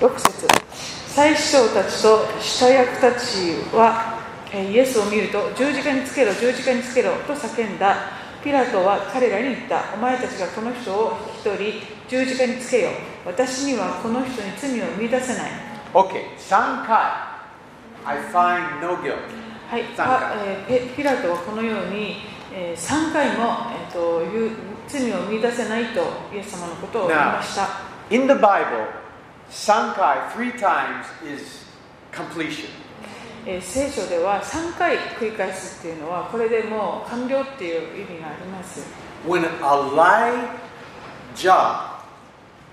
6節最首長たちと下役たちはえーイエスを見ると十字架につけろ十字架につけろと叫んだピラトは彼らに言ったお前たちがこの人を引き取り十字架につけよ私にはこの人に罪を見出せない Okay, Sankai. I find no guilt. はい、三回パえーペピラトはこのように、え3回も、えー、という罪を見出せないとイエス様のことを言いました In the Bible, Sankai three times is completion. えー聖書では3回繰り返すっていうのはこれでもう完了っていう意味があります When Elijah,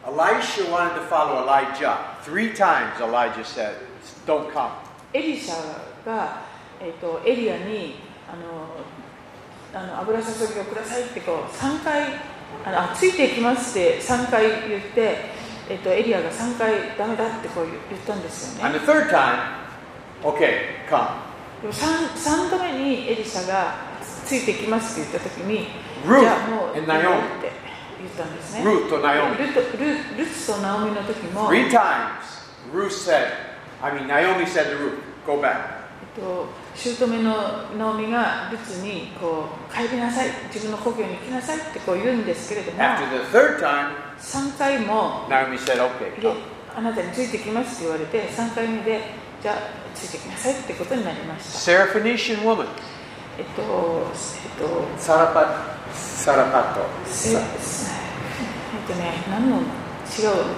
Elisha wanted to follow Elijah, three times Elijah said, Don't come. エリシャが、えー、とエリアにあのあの油注ぎをくださいってこう3回あのあついていきますって3回言って、えー、とエリアが3回ダメだってこう言ったんですよね And the third time, okay, come. 3, 3度目にエリシャがついてきますって言った時に Ruth じゃあもう and いいよ Naomi って言ったんですね Ruth or Naomi. ルトルルツとナオミの時も、えっ Three times, Ruth said, I mean, Naomi said to Ruth, Go back. と、姑のナオミがルツにこう帰りなさい自分の故郷に行きなさいってこう言うんですけれども After the third time, 3回も Naomi said, Okay, で come. あなたについてきますって言われて3回目でじゃあついてきなさいってことになりました、 Seraphonician woman. えっとえっと Sarapat, Sarapato. せえっとね、何の違う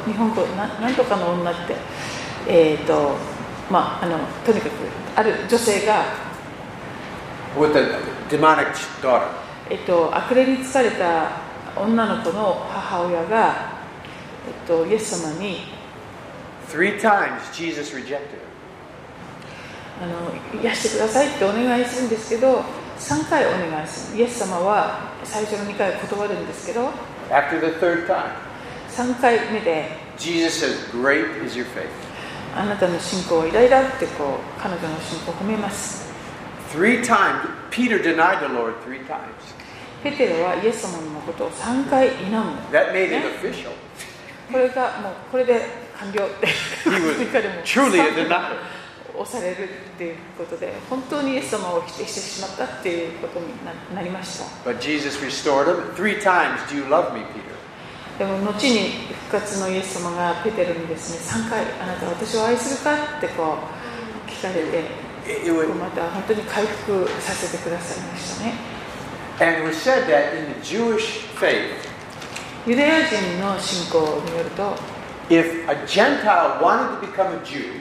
日本語ななんとかの女ってえっ、とまああのとにかくある女性が、 With a demonic daughter. えっと悪霊に疲れた女の子の母親が、えっとイエス様に Three times Jesus rejected her. あの癒してくださいってお願いするんですけど3回お願いするイエス様は最初の2回断るんですけど After the third time, 3回目で Jesus says, Great is your faith. あなたの信仰は偉大だってこう彼女の信仰を褒めます Three times, Peter denied the Lord three times. ペテロはイエス様のことを3回否む。 That made it ね official. これがもうこれで完了って。 He was 彼も truly a denier. 押されるっていうことで、本当にイエス様を否定してしまったっていうことにななりました。 But Jesus restored him. Three times, Do you love me, Peter? でも後に復活のイエス様がペテロにですね、3回あなた私を愛するかってこう聞かれて、 It, it would, また本当に回復させてくださいましたね。 and it was said that in the Jewish faith, ユダヤ人の信仰によると、 if a Gentile wanted to become a Jew,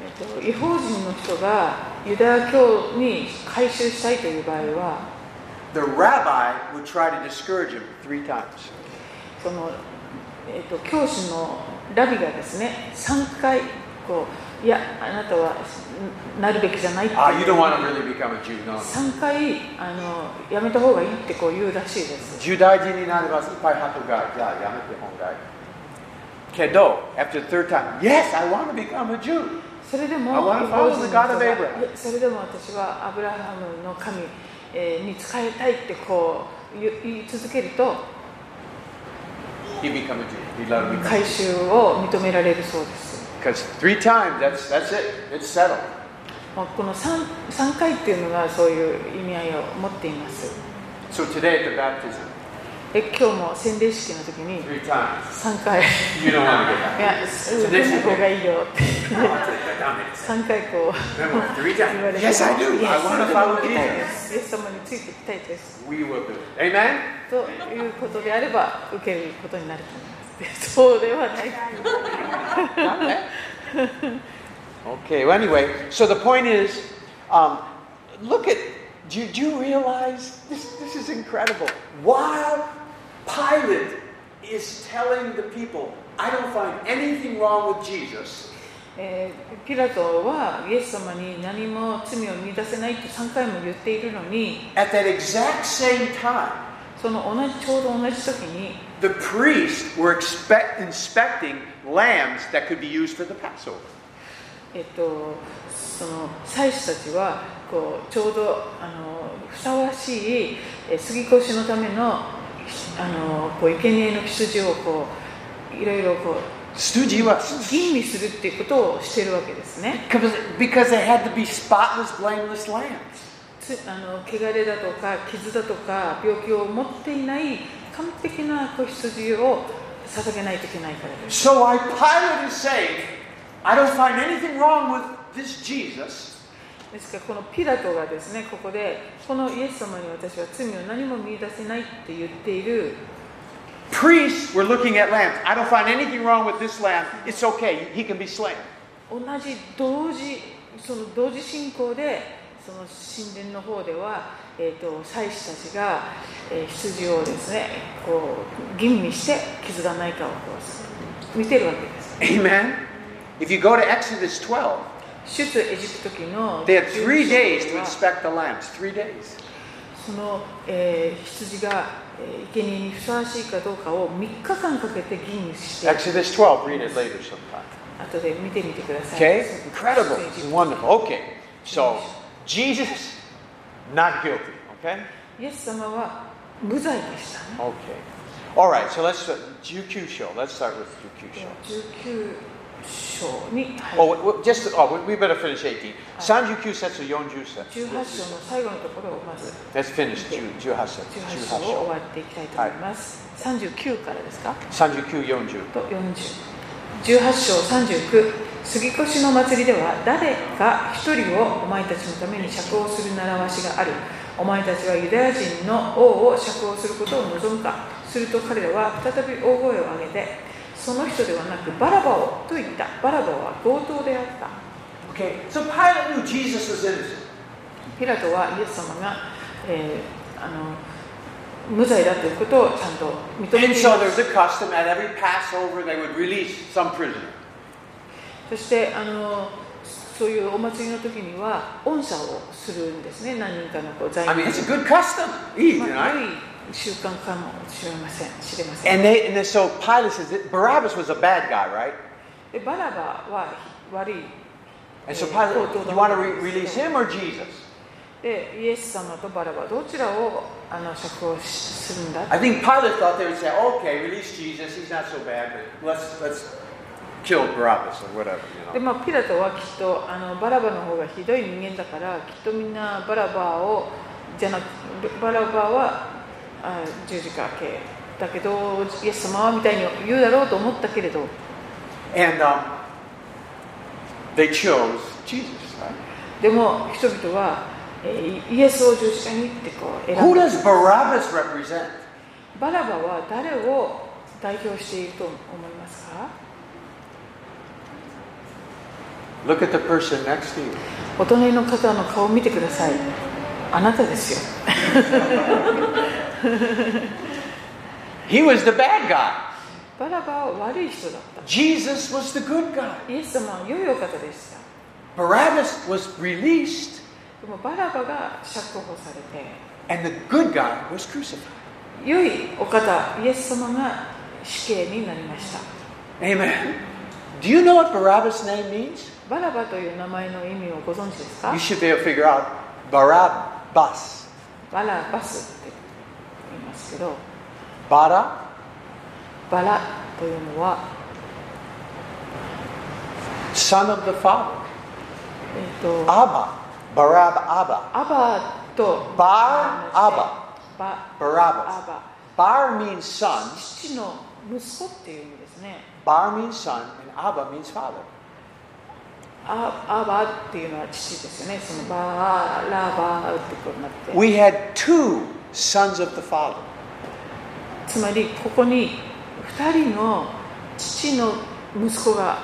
えっと違法人の人がユダヤ教に改宗したいという場合は the rabbi would try to discourage him three times. その、えっと教師のラビがですね3回こういやあなたはなるべきじゃないって Ah, you don't want to really become a Jew, no. 3回あのやめた方がいいってこう言うらしいです重大事になります。いっぱいハトが、じゃあやめて本来。けど、after the third time, yes, I want to become a Jew. それでも I wanna follow the God of 違法人の人 Abraham. がいやそれでも私はアブラハムの神、えーに仕えたいってこう言言い続けると He become a Jew. He loved me. 改宗を認められるそうです Because three times, that's that's it. It's settled. まあこの 3, 3回っていうのがそういう意味合いを持っています So today at the baptism, で今日も洗礼式の時に three times. 3回い You don't want to go back. や受けない方がいいよって3回こう Remember, three 言われ times. て Yes, I do. I want to follow イエ Jesus. スイエス様についていきたいです We will do it. Amen? ということであれば受けることになると思いますでそうではない Okay, well, anyway, so the point is um, look at, do, do you realize this, this is incredible? While Pilate is telling the people, I don't find anything wrong with Jesus, えーピラトはイエス様に何も罪を見出せないと3回も言っているのに at that exact same time, その同じちょうど同じ時に the priests were expect, inspecting lambs that could be used for the Passover. えっと、その祭司たちはこうちょうどあのふさわしいえ杉越のためのあのこう生贄の羊をこういろいろこう Stuji was 吟味するっていうことをしているわけですね because because they had to be spotless, blameless lambs. つあの汚れだとか傷だとか病気を持っていない完璧な子羊を捧げないといけないからです So I Pilate is saying, I don't find anything wrong with this Jesus. ですからこのピラトがですねここでこのイエス様に私は罪を何も見出せないって言っている Priests were looking at lambs. I don't find anything wrong with this lamb. It's okay. He can be slain. 同じ同時その同時進行でその神殿の方では、えー、と祭司たちが、えー羊をですねこう吟味して傷がないかをこう見てるわけです Amen. If you go to Exodus 12, 出エジプト記の they had three 12 days to は inspect the lambs. Three days. その、えー羊が、えー、生贄にふさわしいかどうかを3日間かけて吟味して、 Exodus 12. Read it later sometime. 後で見てみてください。 Okay? Incredible. 出エジ It's プト記 wonderful. Okay. So, Jesus, not guilty. Okay? イエス様は無罪でしたね。 Okay. All right. So let's start. GQ show. Let's start with GQ show. 19章に入 Oh, る wait, wait, just, oh, we- we better finish 18. 39 setsu, 40 18 setsu. 章の最後のところをまず Let's finish 10 18 18章を終節。わっていきたいと思います。39からですか39、40。と40。18章39杉越の祭りでは誰か一人をお前たちのために釈放する習わしがあるお前たちはユダヤ人の王を釈放することを望むかすると彼らは再び大声を上げてその人ではなくバラバをと言ったバラバは強盗であった Okay, so Pilate knew Jesus was innocent. ピラトはイエス様が、えーあの無罪だということをちゃんと認め And てい so ま there was す a custom at every Passover they would release some prisoner. そしてあのそういうお祭りの時には恩赦をするんですね何人かのこう罪 I mean, 人 it's a good custom. Easy, ま you know? あ、悪い習慣かもしれません知れません And they and then, so Pilate says that Barabbas was a bad guy, right? でバラバは悪い And so Yeah. Pilate, you want to re- release him or Jesus? でイエス様とバラバどちらをあの釈放しするんだ I think Pilate thought they would say, okay, release Jesus. He's not so bad, but let's let's kill Barabbas or whatever. You know. でまあ、ピラトはきっとあのバラバの方がひどい人間だからきっとみんなバラバをじゃなくバラバはあ十字架系だけどイエス様はみたいに言うだろうと思ったけれど And um, they chose Jesus. Right? でも人々は、えーイエスを十字架にってこう選 Who んだ does Barabbas represent? バラバは誰を代表していると思いますか Look at the person next to you. お隣の方の顔を見てくださいあなたですよ He was the bad guy. バラバは悪い人だっ Jesus was the good guy. たイエス様は良いお方でした Barabbas was released, でもバラバが釈放されて and the good guy was crucified. 良いお方イエス様が死刑になりました Amen. Do you know what Barabbas' name means? バラバという名前の意味をご存知ですか You should be able to figure out Barabbas. バラバスって言いますけど Bara バラというのは、 son of the father. えっと Abba. Barab Abba. アバとバアババア Barabbas. バ Bar means son. 父の息子っていう意味ですね Bar means son, and Abba means father. アアバっていうのは父ですよねそのバラバってことになって We had two sons of the father. つまりここに2人の父の息子が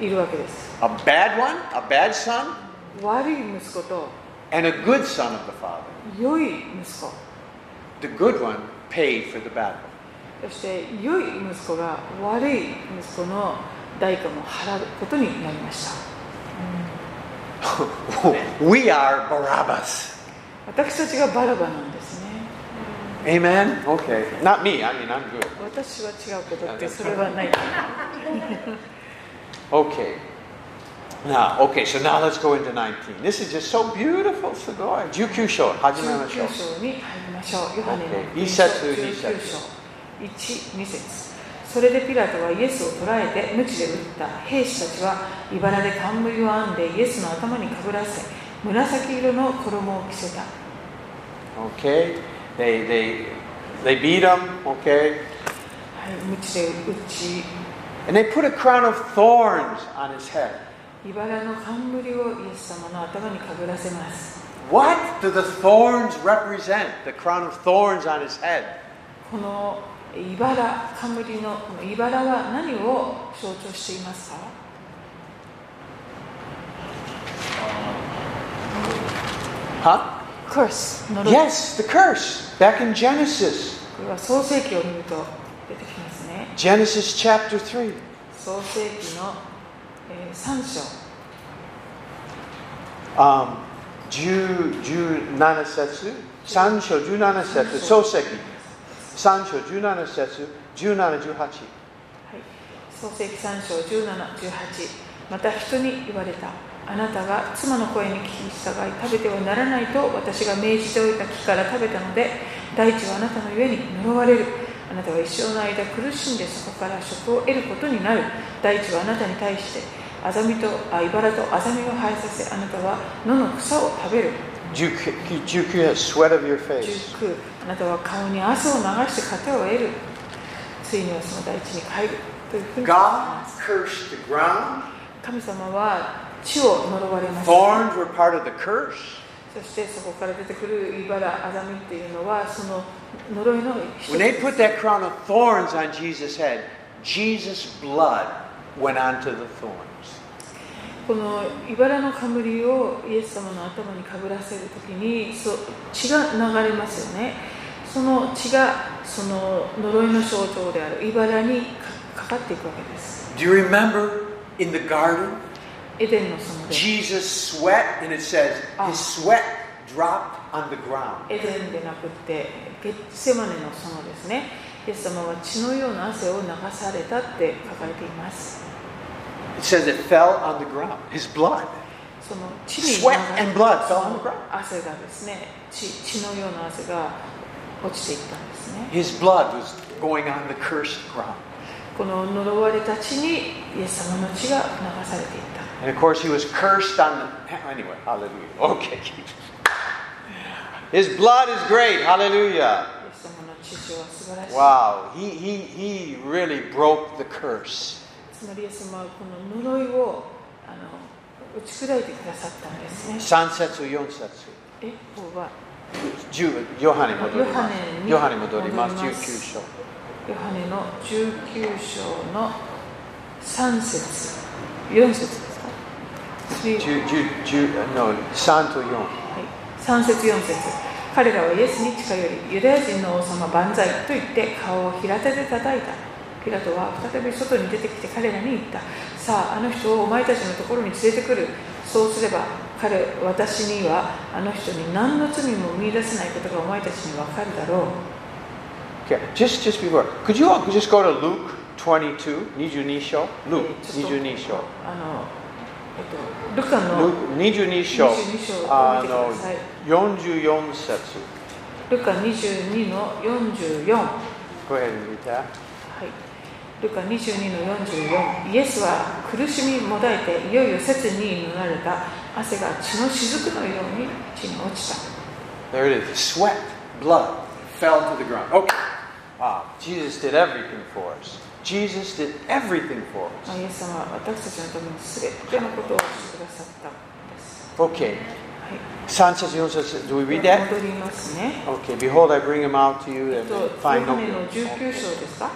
いるわけです A bad one, a bad son, 悪い息子と and a good son of the father. 良い息子 The good one paid for the bad one. そして良い息子が悪い息子の代価も払うことになりました we are Barabbas. 私たちがバラバなんですね Amen? Okay. Not me, I mean, I'm good. 私は違うことってそれはない Okay. Now, okay, so now let's go into 19. This is just so beautiful, Sugoi. Jukyu Show, 19 Hajime Show. 章に入りましょうヨハネの一節19二節章12節それでピラトはイエスを捕らえて鞭で打った兵士たちはいばらで冠を編んでイエスの頭にかぶらせ紫色の衣を着せた Okay? They, they, they beat him, okay? はい、鞭で打ち And they put a crown of thorns on his head. いばらの冠をイエス様の頭にかぶらせます What do the thorns represent? The crown of thorns on his head. このいばら冠のこのいばらは何を象徴していますか Huh? ク u ス s e 呪い Yes, the curse. Back in Genesis, これは創世記を見ると出てきますね Genesis chapter 3. 創世記の、え3章 Um, 10 17節3章17節創世記3章17節1718はい、創世記3章17、18また人に言われたあなたが妻の声に聞き従い食べてはならないと私が命じておいた木から食べたので大地はあなたのゆえに呪われるあなたは一生の間苦しんでそこから職を得ることになる大地はあなたに対してアザミとあ茨とアザミを生えさせあなたは野の草を食べる 19, 19 sweat of your face. 19あなたは顔に汗を流して糧を得るついにはその大地に帰るというふうに書いてありま God す cursed the ground. 神様は地を呪われます Thorns were part of the curse. そしてそこから出てくるイバラアザミっていうのはその呪いの一 When つ they put that crown of thorns on Jesus' head, Jesus' blood went onto the thorns. このイバラの冠をイエス様の頭にかぶらせるときにそう血が流れますよねその血がその呪いの象徴であるイバラにかかかっていくわけです Do you remember in the garden? エデンの園で Jesus sweat, and it says his sweat dropped on the ground. エデンでなくってゲッセマネの園ですねイエス様は血のような汗を流されたって書かれています It says it fell on the ground. His blood. その地に Sweat and blood fell on the ground. 汗がですね血血のような汗が落ちていったんですね His blood was going on the cursed ground. この呪われた地にイエス様の血が流されていった And of course, he was cursed on the. Anyway, hallelujah. Okay. His blood is great. Hallelujah. イエス様の血潮は素晴らしい Wow. He, he, he really broke the curse. つまりイエス様はこの呪いをあの打ち砕いてくださったんですね Sansetsu, yonsetsu. えここは Ju- Yohane modorimasu. ヨハネに Yohane modorimasu. 戻ります。 19章。ヨハネの19章の3節4節ですか Ju- ju- ju- uh, No, san to yon. はい、3節4節彼らはイエスに近寄りユダヤ人の王様万歳と言って顔を平手で叩いたピラトは再び外に出てきて彼らに言ったさああの人をお前たちのところに連れてくるそうすれば彼私にはあの人に何の罪も見出せないことがお前たちにわかるだろう Okay, just, just before. Could you all just go to Luke 22? 22章 Luke えーちょっと22章。あの、えっと、ルカの Luke Uh, 22章。 22章をあ見てくのださい44節。ルカ22の44 Go ahead and read that. はい、ルカ22の44イエスは苦しみもだえていよいよ切に塗られた汗が血の雫のように地に落ちた There it is. Sweat, blood fell to the ground. Okay. Wow. Jesus did everything for us. Jesus did everything for まあ us. イエス様は私たちのために全てのことをしてくださったんです、 Okay. 3は節4節 Do we い、 read that? 戻りますね Okay. Behold, I bring him out to you えっ and とヨ find ハ no ネの guilt. 19章ですか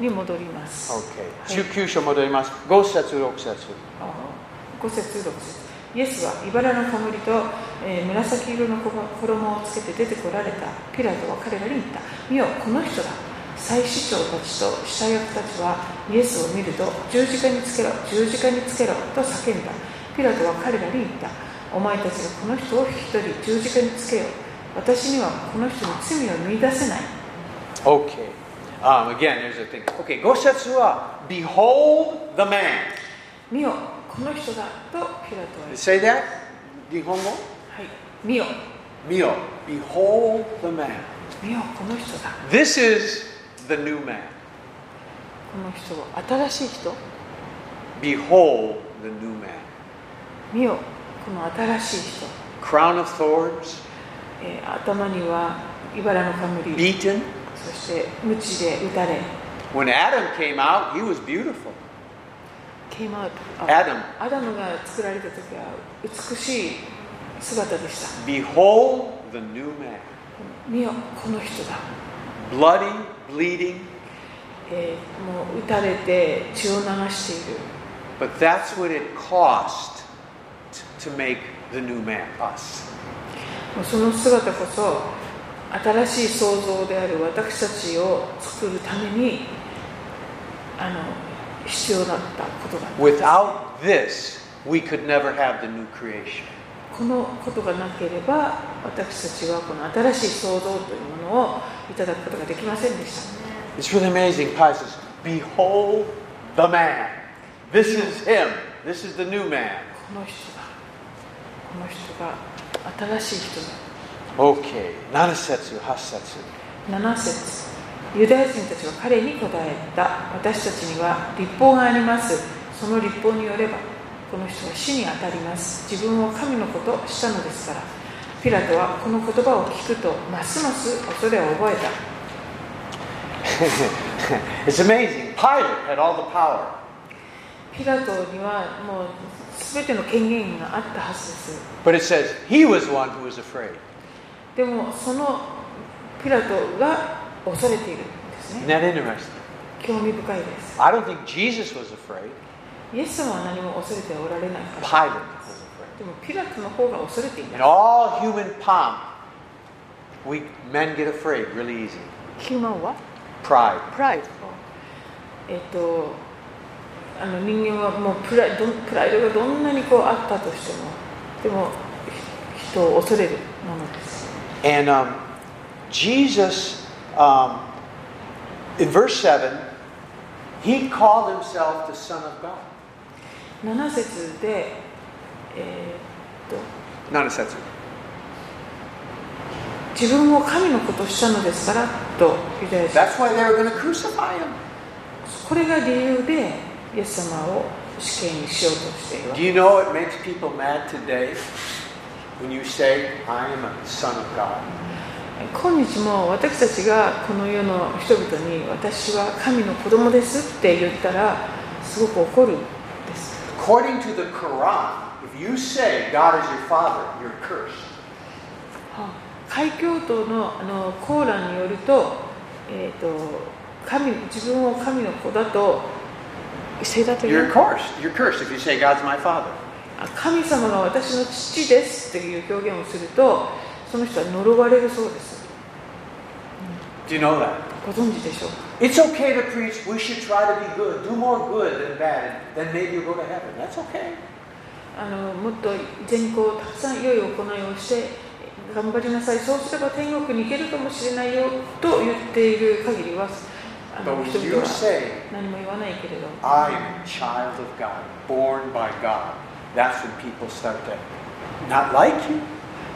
に戻ります、 Okay. はい19章戻ります。5節6節5節6節イエスは茨の冠と、えー紫色の衣をつけて出てこられたピラトは彼らに言った見よこの人だ祭司長たちと下役たちはイエスを見ると十字架につけろ十字架につけろと叫んだピラトは彼らに言ったお前たちがこの人を引き取り十字架につけよ私にはこの人に罪を見出せない Okay. Um, again, here's the thing. Okay. 5節は Behold the man. 見よこの人だとピラトは言った Say that. 日本語。はい見よ Mio. Behold the man. 見よこの人だ This is the new man. この人は新しい人 Behold the new man. 見よこの新しい人、 Crown of thorns, えー頭には茨の冠 beaten. そして鞭で打たれ When Adam came out, he was beautiful. came out あ Adam, アダムが作られた時は美しい姿でした behold the new man. 見よこの人だ Bloody, bleeding, えーもう打たれて血を流している but that's what it cost t- to make the new man us. もうその姿こそ新しい創造である私たちを作るためにあの必要だったことだ Without this, we could never have the new creation. このことがなければ私たちはこの新しい創造というものをいただくことができませんでした It's really amazing. Pi says, Behold the man. This is him. This is the new man. この人がこの人が新しい人だ Okay. Nanasetsu, hasetsu. 7節ユダヤ人たちは彼に答えた私たちには立法がありますその立法によればこの人は死に当たります自分を神のことしたのですからピラトはこの言葉を聞くとますます恐れを覚えた It's amazing. Pilate had all the power. ピラトにはもう全ての権限があったはずです But it says he was the one who was afraid. でもそのピラトが恐れているんですね Isn't that interesting? 興味深いです I don't think Jesus was afraid. イエス様は何も恐れておられないか Pilate ら was afraid. でもピラトの方が恐れていない In all human pomp, we men get afraid really easy. Human what? Pride. Pride. えっと、あの人間はもうプライどんプライドがどんなにこうあったとしても、でもひ人を恐れるものです。 And um, Jesus, um, in verse 7, he called himself the Son of God. 7節で、えーっ Not a sense. と、自分を神のことしたのですからとユダヤ人 That's why they were going to crucify him. これが理由で、イエス様を死刑にしようとしているわ Do け。 you know it makes people mad today when you say, I am a son of God? 今日も私たちがこの世の人々に私は神の子供ですって言ったらすごく怒るんです According to the Quran, if you say God is your father, you're cursed. 海教徒のあのコーランによると,、えー、と神自分を神の子だと聖だとい You're う cursed. You're cursed if you say God's my father. あ神様が私の父ですっていう表現をするとその人は呪われるそうです Do you know that? ご存知でしょうか It's okay to preach. We should try to be good. Do more good than bad. Then maybe you'll go to heaven. That's okay. あのもっと善行をたくさん良い行いをして頑張りなさいそうすれば天国に行けるかもしれないよと言っている限りはあ But の when 人 you 々は say, 何も言わないけれど I am a child of God, born by God, that's when people start to not like you.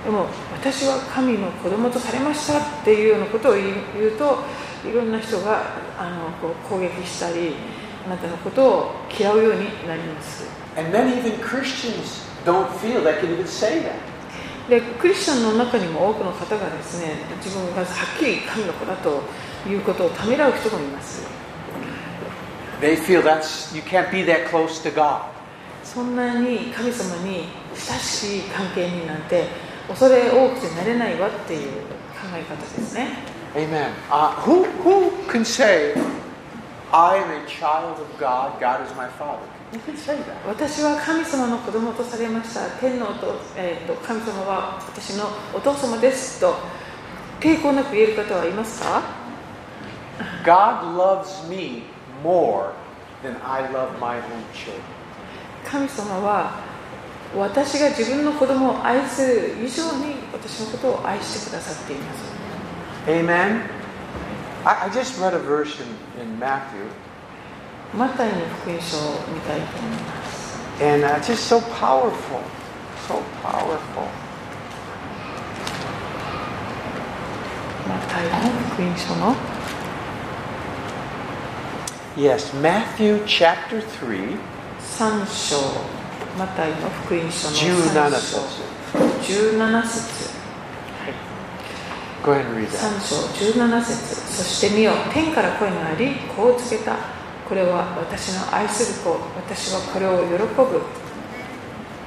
でも私は神の子供とされましたっていうようなことを言う言うといろんな人があのこう攻撃したりあなたのことを嫌うようになります And many even Christians don't feel they can even say that. でクリスチャンの中にも多くの方がですね自分がはっきり神の子だということをためらう人もいます They feel that's you can't be that close to God. そんなに神様に親しい関係になんて恐れ多くてなれないわっていう考え方ですね Amen. Uh, who who can say, I am a child of God. God is my Father. Who can say that? 私は神様の子供とされました天のお父、えーと神様は私のお父様ですと抵抗なく言える方はいますか God loves me more than I love my own children. 神様は私が自分の子供を愛する以上に私のことを愛してくださっています Amen. I, I just read a verse in, in Matthew, マタイの福音書を見たいと思います and uh, it's just so powerful. So powerful. マタイの福音書の Yes, Matthew chapter 3, 3章マタイの福音書の3 17章 says. 17節 Go ahead and read 3 that. 章17節そして見よ天から声がありこう告げたこれは私の愛する子私はこれを喜ぶ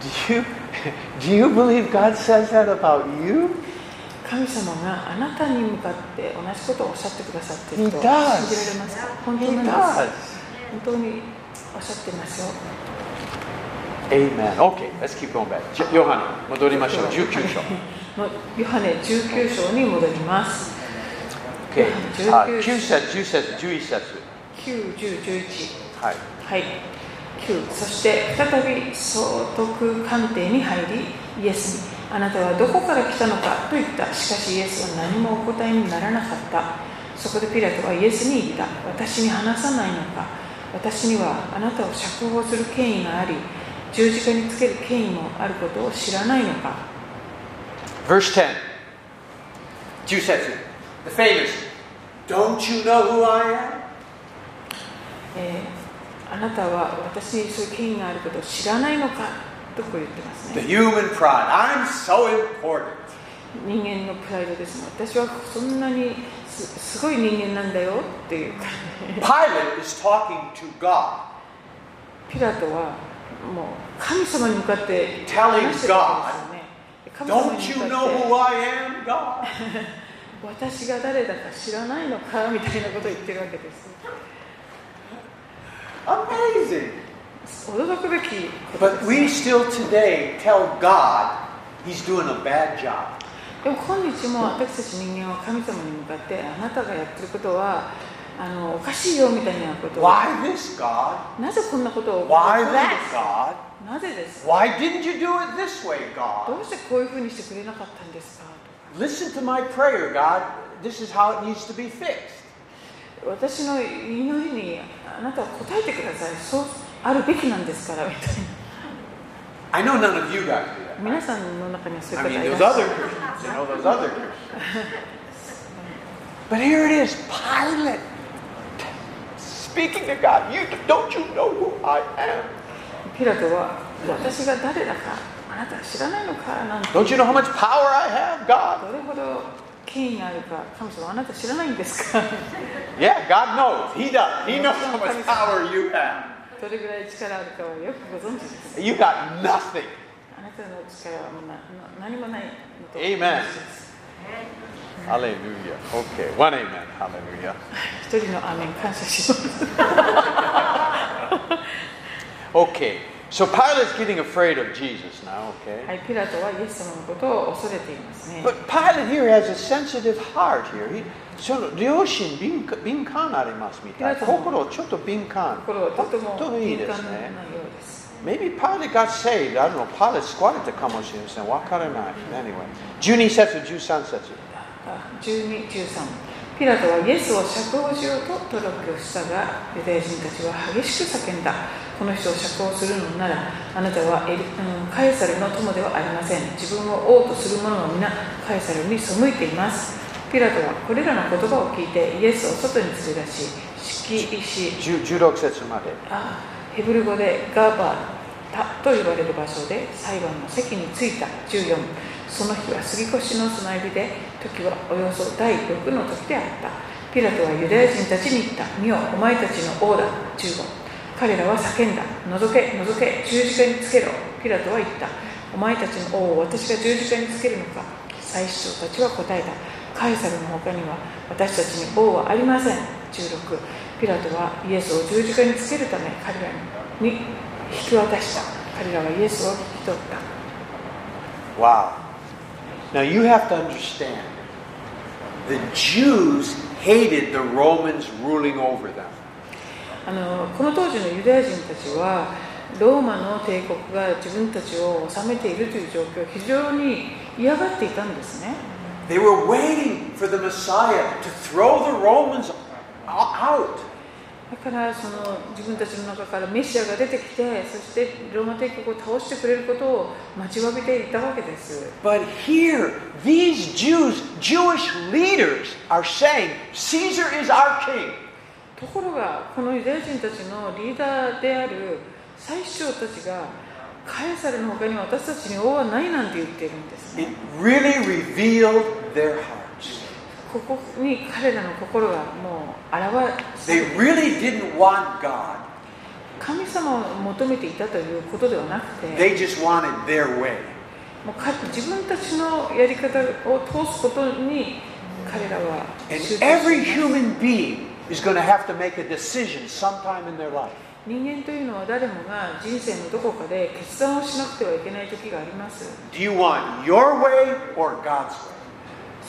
Do you, do you believe God says that about you? 神様があなたに向かって同じことをおっしゃってくださっていると He 信 does. じられますか本当 He なんです does. 本当におっしゃってますよ Amen. Okay, let's keep going back. ヨハネ、戻りましょう。19章。 のヨハネ19章に戻ります Okay. Uh, 19あ9節、10節、11節。 91011はい。はい、9そして再び総督官邸に入りイエスに「あなたはどこから来たのか?」と言ったしかしイエスは何もお答えにならなかったそこでピラトはイエスに言った「私に話さないのか私にはあなたを釈放する権威があり十字架につける権威もあることを知らないのか Verse 10. 10節。The famous. Don't you know who I am?」えーあなたは私にそういう権威があることを知らないのか?」とこう言ってますね The human pride. I'm so important. 人間のプライドですね私はそんなにすすごい人間なんだよっていうか Pilate is talking to God, ピラトはもう神様に向かって話してるわ Telling けですよね神様 Don't you に know 向かっ who て I am, God? 私が誰だか知らないのかみたいなことを言ってるわけです Amazing. 驚くべきことで But す we ね still today tell God he's doing a bad job. でも今日も私たち人間は神様に向かってあなたがやってることはあのおかしいよみたいなことを Why this, God? なぜこんなことを Why 起こしたんで that, すか God? なぜです Why didn't you do it this way, ど God? うしてこういうふうにしてくれなかったんですか Listen to my prayer, God. This is how it needs to be fixed. 私の祈りにあなたは答えてください、そうあるべきなんですからみたい I know none of you guys do that. な、皆さんの中にはそう I い mean, う方いらっ those しゃ other る。 Christians, you know, those other Christians. But here it is, Pilate speaking to God. You don't you know who I am? ピラトは私が誰だか、あなたは知らないのかなんて、 Don't you know how much power I have, God? どれほど権威があるか、神様、あなた知らないんですか Yeah, God knows. He does. He knows how much power you have. どれぐらい力あるかはよくご存知です。 You got nothing. あなたの力はもうなな何もないのと同じ Amen. です。 Hallelujah. Okay, one amen. Hallelujah. 一人のアーメン感謝します。 Okay, so Pilate's getting afraid of Jesus now, okay? はい、ピラトは イエス様のことを恐れていますね。 But Pilate here has a sensitive heart here. He, その両親敏敏感ありますみたい。皆さんも心ちょっと敏感。心はとてもとてもいい敏で感すなよね。うです。 Maybe Pilate got saved. I don't know. Pilate squatted かもしれません。わからない。Anyway. 12節、13節。 12、13ピラトはイエスを釈放しようと努力をしたがユダヤ人たちは激しく叫んだこの人を釈放するのならあなたはエリ、うん、カエサルの友ではありません自分を王とする者は皆カエサルに背いていますピラトはこれらの言葉を聞いてイエスを外に連れ出し敷石10 16節まで。あヘブル語でガバタと言われる場所で裁判の席に着いた14その日は杉越の備え日で時はおよそ第6の時であったピラトはユダヤ人たちに言った「見よお前たちの王だ」15彼らは叫んだ「のぞけのぞけ十字架につけろ」ピラトは言った「お前たちの王を私が十字架につけるのか」最首長たちは答えたカエサルの他には私たちに王はありません16ピラトはイエスを十字架につけるため彼らに引き渡した彼らはイエスを引き取った Wow. Now you have to understand. The Jews hated the Romans ruling over them. あのこの当時のユダヤ人たちはローマの帝国が自分たちを治めているという状況を非常に嫌がっていたんですね They were waiting for the Messiah to throw the Romans out. だからその自分たちの中からメシアが出てきてそしてローマ帝国を倒してくれることを待ちわびていたわけです But here, these Jews, Jewish leaders, are saying Caesar is our king. ところがこのユダヤ人たちのリーダーである最首相たちがカエサルの他に私たちに王はないなんて言っているんですね It really revealed their hearts. ここに彼らの心がもう現 They れ really didn't want God, 神様を求めていたということではなくて they just wanted their way. もうか自分たちのやり方を通すことに彼らは And 集中しています every human being is going to have to make a decision sometime in their life. 人間というのは誰もが人生のどこかで決断をしなくてはいけない時があります Do you want your way or God's way?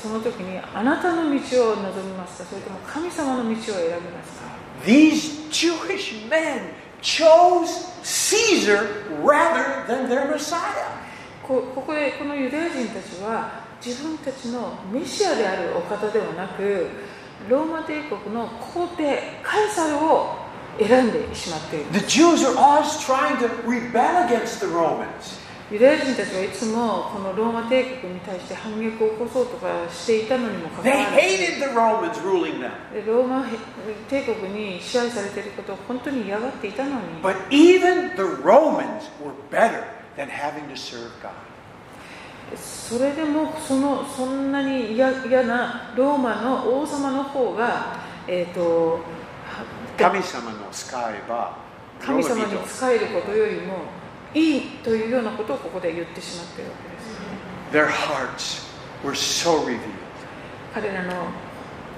その時にあなたの道を望みますかそれとも神様の道を選びますか These Jewish men chose Caesar rather than their Messiah. こここでこのユダヤ人たちは自分たちのメシアであるお方ではなくローマ帝国の皇帝カエサルを選んでしまっている The Jews are always trying to rebel against the Romans. ユダヤ人たちはいつもこのローマ帝国に対して反撃を起こそうとかしていたのにもかかわ They らず hated the Romans ruling them. でローマ帝国に支配されていることを本当に嫌がっていたのに But even the Romans were better than having to serve God. それでもそのそんなに嫌嫌なローマの王様の方が、えー、とは神様に神様の使えば、人々仕えることよりもいいというようなことをここで言ってしまっているわけです Their hearts were so revealed. 彼らの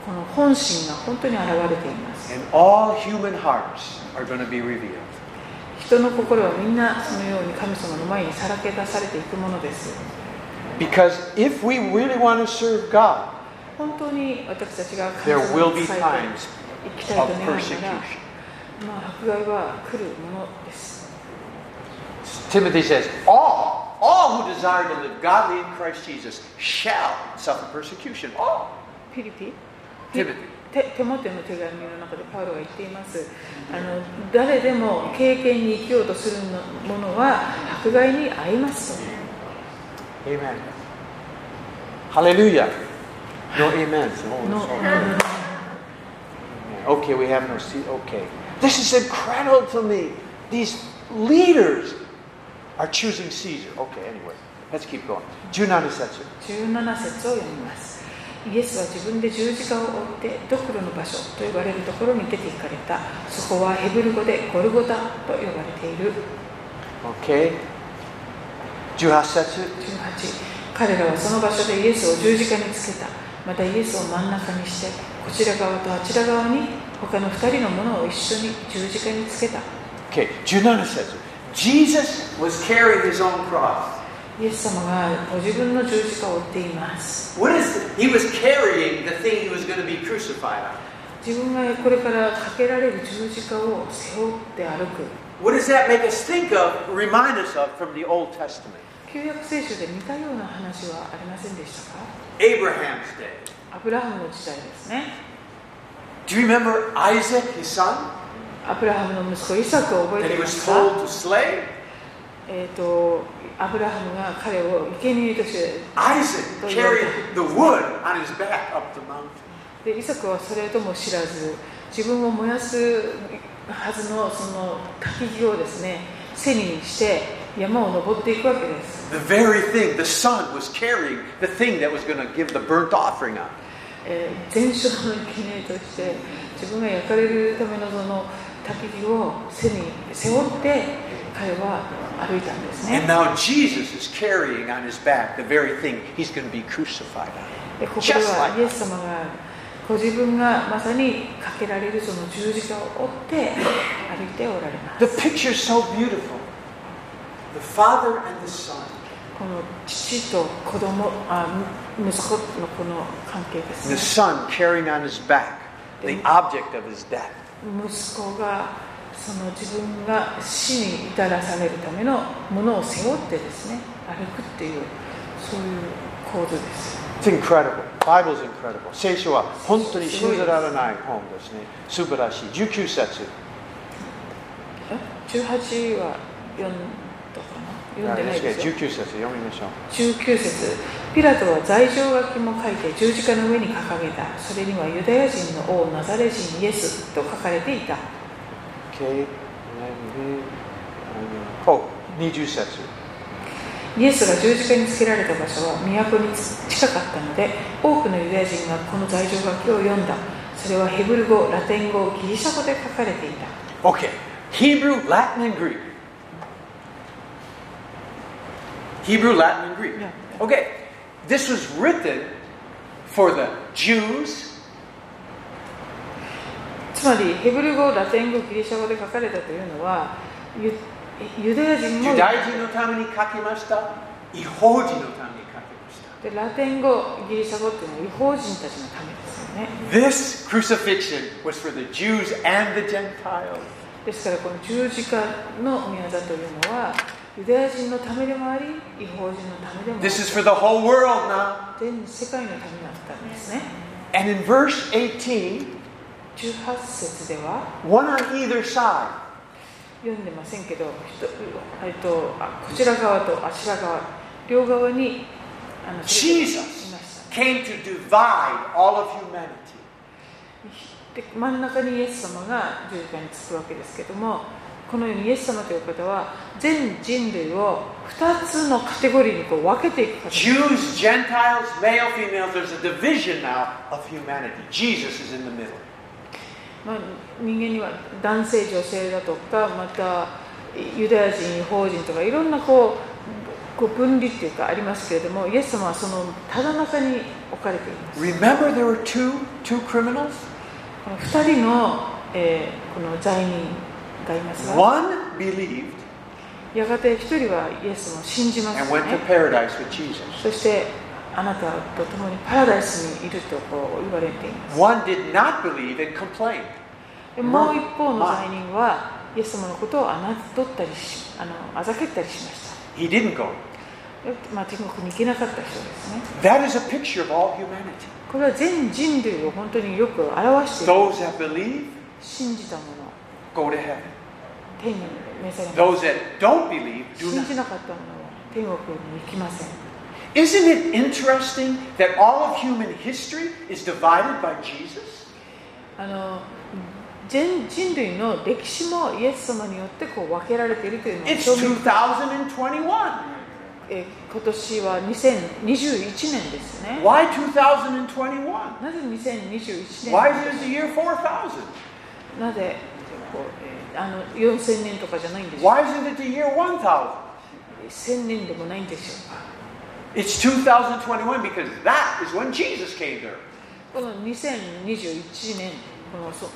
この本心が本当に現れています And all human hearts are going to be revealed. 人の心はみんなそのように神様の前にさらけ出されていくものです Because if we really want to serve God, 本当に私たちが神 there 様 will に be 仕えて times いきたい of と願うなら persecution. まあ迫害は来るものです Timothy says, All, all who desire to live godly in Christ Jesus shall suffer persecution. All. ピリピテモテテテモテの手紙の中でパウロが言っていますあの誰でも経験に生きようとするものは迫害に遭いますと Amen. Hallelujah. No amens. Oh, の sorry. Okay, we have no seat. Okay. This is incredible to me. These leaders are choosing Caesar. Okay, anyway. Let's keep going. 17節. 17節を読みますイエスは自分で十字架を追ってドクロの場所と呼ばれるところに出て行かれたそこはヘブル語でゴルゴタと呼ばれている Okay. 18節. 18彼らはその場所でイエスを十字架につけたまたイエスを真ん中にしてこちら側とあちら側に他の2人のものを一緒に十字架につけた Okay, 17節. Jesus was carrying his own cross. イエス様がご自分の十字架を追っています What is it? He was carrying the thing he was going to be crucified on. 自分がこれからかけられる十字架を背負って歩く What does that make us think of, remind us of from the Old Testament? 旧約聖書で似たような話はありませんでしたか Abraham's day. アブラハムの時代ですね Do you remember Isaac, his son, アブラハムの息子イサクを覚え that てい he ま was すか told to slay? えー、とアブラハムが彼を生贄として Isaac carried the wood on his back up the mountain. でイサクはそれとも知らず自分を燃やすはずのその焚き木をですね背にして山を登っていくわけです The very thing, the son was carrying the thing that was going to give the burnt offering on. えー全焼の記念として自分が焼かれるためのその焚き火を背に背負って彼は歩いたんです And ね now Jesus is carrying on his back the very thing he's going to be crucified on. でここで Just は like イエス様がご自分がまさにかけられるその十字架を追って歩いておられます The picture is so beautiful. The father and the son. この父と子供あむ息子のこの関係です The ね son carrying on his back the object of his death. 息子がその自分が死に至らされるためのものを背負ってですね歩くっていうそういう構図です It's incredible. Bible's incredible. 聖書は本当に信じられない本ですね。素晴らしい。19節。え18は4とかな読んでないですよ19節読みましょう。 19節ピラトは罪状書きも書いて十字架の上に掲げたそれにはユダヤ人の王ナザレ人イエスと書かれていた Okay. Oh, 20節。イエスが十字架につけられた場所は都に近かったので多くのユダヤ人がこの罪状書きを読んだそれはヘブル語ラテン語ギリシャ語で書かれていた Okay, Hebrew, Latin, and Greek. Hebrew, Latin, and Greek. Yeah. Okay, this was written for the Jews つまりヘブル語ラテン語ギリシャ語で書かれたというのはユユダヤ人もユダヤ人のために書きました。違法人のために書きました。でラテン語ギリシャ語っていうのは違法人たちのためですよ This ね crucifixion was for the Jews and the Gentiles. ですからこの十字架の宮座というのはユダヤ人のためでもあり違法人のためでもあり This is for the whole world now. 全世界のためだったんですね And in verse 18, 18節では one on either side. 読んでませんけどひとえっとあこちら側とあちら側両側にあの Jesus いました came to divide all of humanity. で真ん中にイエス様が十字架につくわけですけどもこのようにイエス様という方は全人類を2つのカテゴリーにこう分けていく方 Jews, Gentiles, male, female, there's a division now of humanity. Jesus is in the middle. まあ、人間には男性女性だとかまたユダヤ人違法人とかいろんなこうこう分離っていうかありますけれどもイエス様はそのただ中に置かれています Remember there were two two criminals? この2人の、えーこの罪人がいますが One believed やがて1人はイエス様を信じます and よ went to ね paradise with Jesus. そしてあなたと共にパラダイスにいるとこう言われています One did not believe and complained. でもう一方の罪人はイエス様のことを侮ったりしあのあざけったりしました He didn't go. まあ、天国に行けなかった人ですね。 That is a picture of all humanity. これは全人類を本当によく表している。 Those that believe 信じたもの、 go to heaven. 天に召されま Those that don't believe す。 do 信 not. じなかったものは天国に行きません。 Isn't it interesting that all of human history is divided by Jesus? あの全人類の歴史もイエス様によってこう分けられているというのを It's 証明、 2021. え今年は2021年ですね。 Why 2021? なぜ2021 Why 年 is it the year 4000? なぜこう、えーあの4000年とかじゃないんでしょう Why isn't it the year 1000? 1000年でもないんでしょうか It's 2021 because that is when Jesus came there. この2021年このそ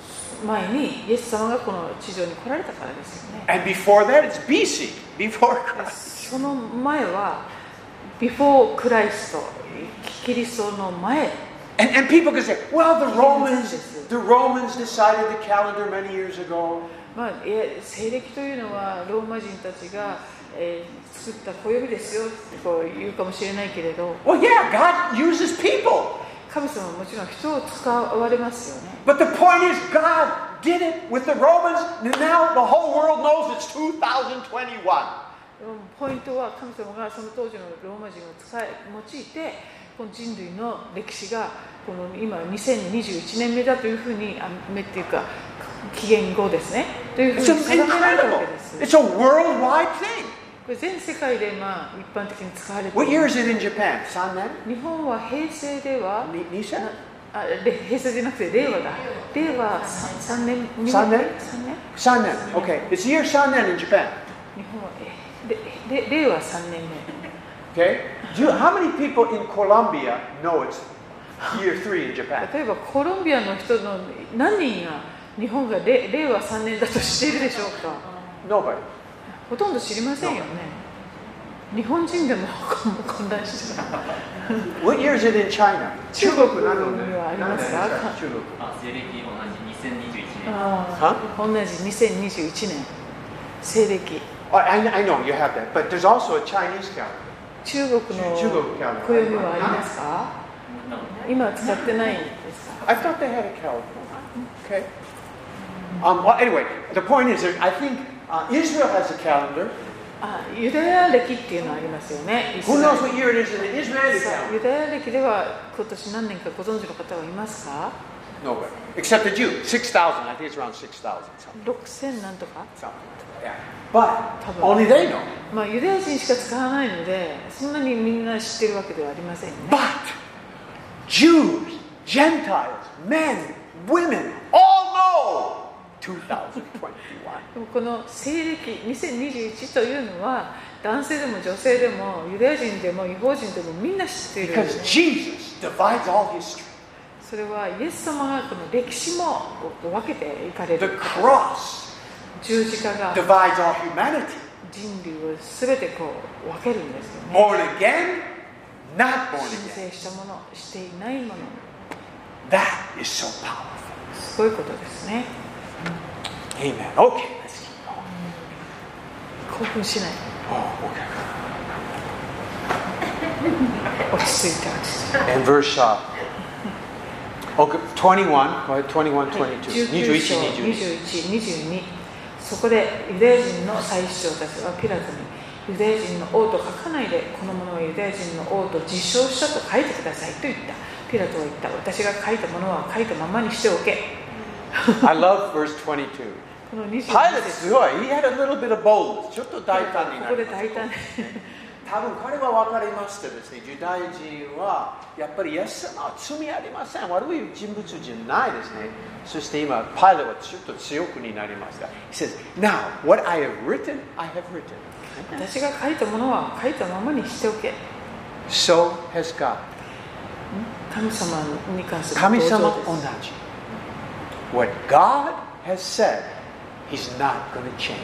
前にイエス様がこの地上に来られたからですよね And before that, it's BC, before Christ. その前は before クライストキリストの前 And, and people can say, well, the Romans, the Romans decided the calendar many years ago. まあいや西暦というのはローマ人たちが、えー作った暦ですよってこう言うかもしれないけれど Well, yeah, God uses people. 神様はもちろん人を使われますよね But the point is, God did it with the Romans, and now the whole world knows it's 2021. でもポイントは神様がその当時のローマ人を使い用いてこの人類の歴史がこの今2021年目だというふうにあ目っていうか紀元後ですねというふう It's に定められたわ incredible. けです It's a worldwide thing. これ全世界でまあ一般的に使われて What い year る is it in Japan? Sannen? 日本は平成では Ni- な Nissan? あれ平成じゃなくて令和だ令和 3, 年日本三年三年 Sannen. Okay. It's the year Sannen in Japan. 日本はえれれ令和3年目 Okay. Do you, how many people in Colombia know it's year three in Japan? 例えばコロンビアの人の何人が日本がれ令和3年だと知っているでしょうか Nobody. ほとんど知りませんよね日本人でも混乱してる What year is it in China? 中国なので、中国。あ西暦同じ2021年あはあ同じ2021年西暦 Oh, I, I know you have that, but there's also a Chinese calendar. 中国の中国から暦はありますかなの今は使ってないですか I thought they had a calendar. Okay. Um, well, anyway, the point is, that I think uh, Israel has a calendar. あユダヤ歴っていうのはありますよね。イス Who ラエ knows ル what year it is in the Israeli さあ calendar? ユダヤ歴では今年何年かご存知の方はいますか Nobody. Except the Jew. 6,000. I think it's around 6,000 something. 6000なんとか something. Yeah. But Probably. only they know. まあユダヤ人しか使わないのでそんなにみんな知ってるわけではありませんよね But Jews, Gentiles, men, women, all know 2021. でもこの西暦2021というのは男性でも女性でもユダヤ人でも違法人でもみんな知っている because Jesus divides all history. それはイエス様がこの歴史も分けていかれ The る cross 十字架が divides all humanity. 人類を全てこう分けるんですよね Born again, not born 申 again. 請したものしていないもの That is so powerful. すごいことですね Amen. Okay, let's keep going. 興奮しない Oh, 落ち着いて落ち着いて okay. And verse uh, okay, 21, go ahead, 21, 22. 19章 21, 22. 2122そこでユダヤ人の最首長たちはピラトにユダヤ人の王と書かないでこのものをユダヤ人の王と自称したと書いてくださいと言ったピラトは言った私が書いたものは書いたままにしておけ I love verse 22. この22節 Pilate, すごい。He had a little bit of boldness. ここで大ちょっと大胆になりました。胆 多分彼は分かりましてですね、ユダヤ人はやっぱりイエス様は罪ありません、悪い人物じゃないですね。そして今、パイロはちょっと強くになりました。He says, Now, what I have written, I have written. 私が書いたものは書いたままにしておけ So has God. 神様に関する神様同情同ですじ。What God has said, He's not going to change.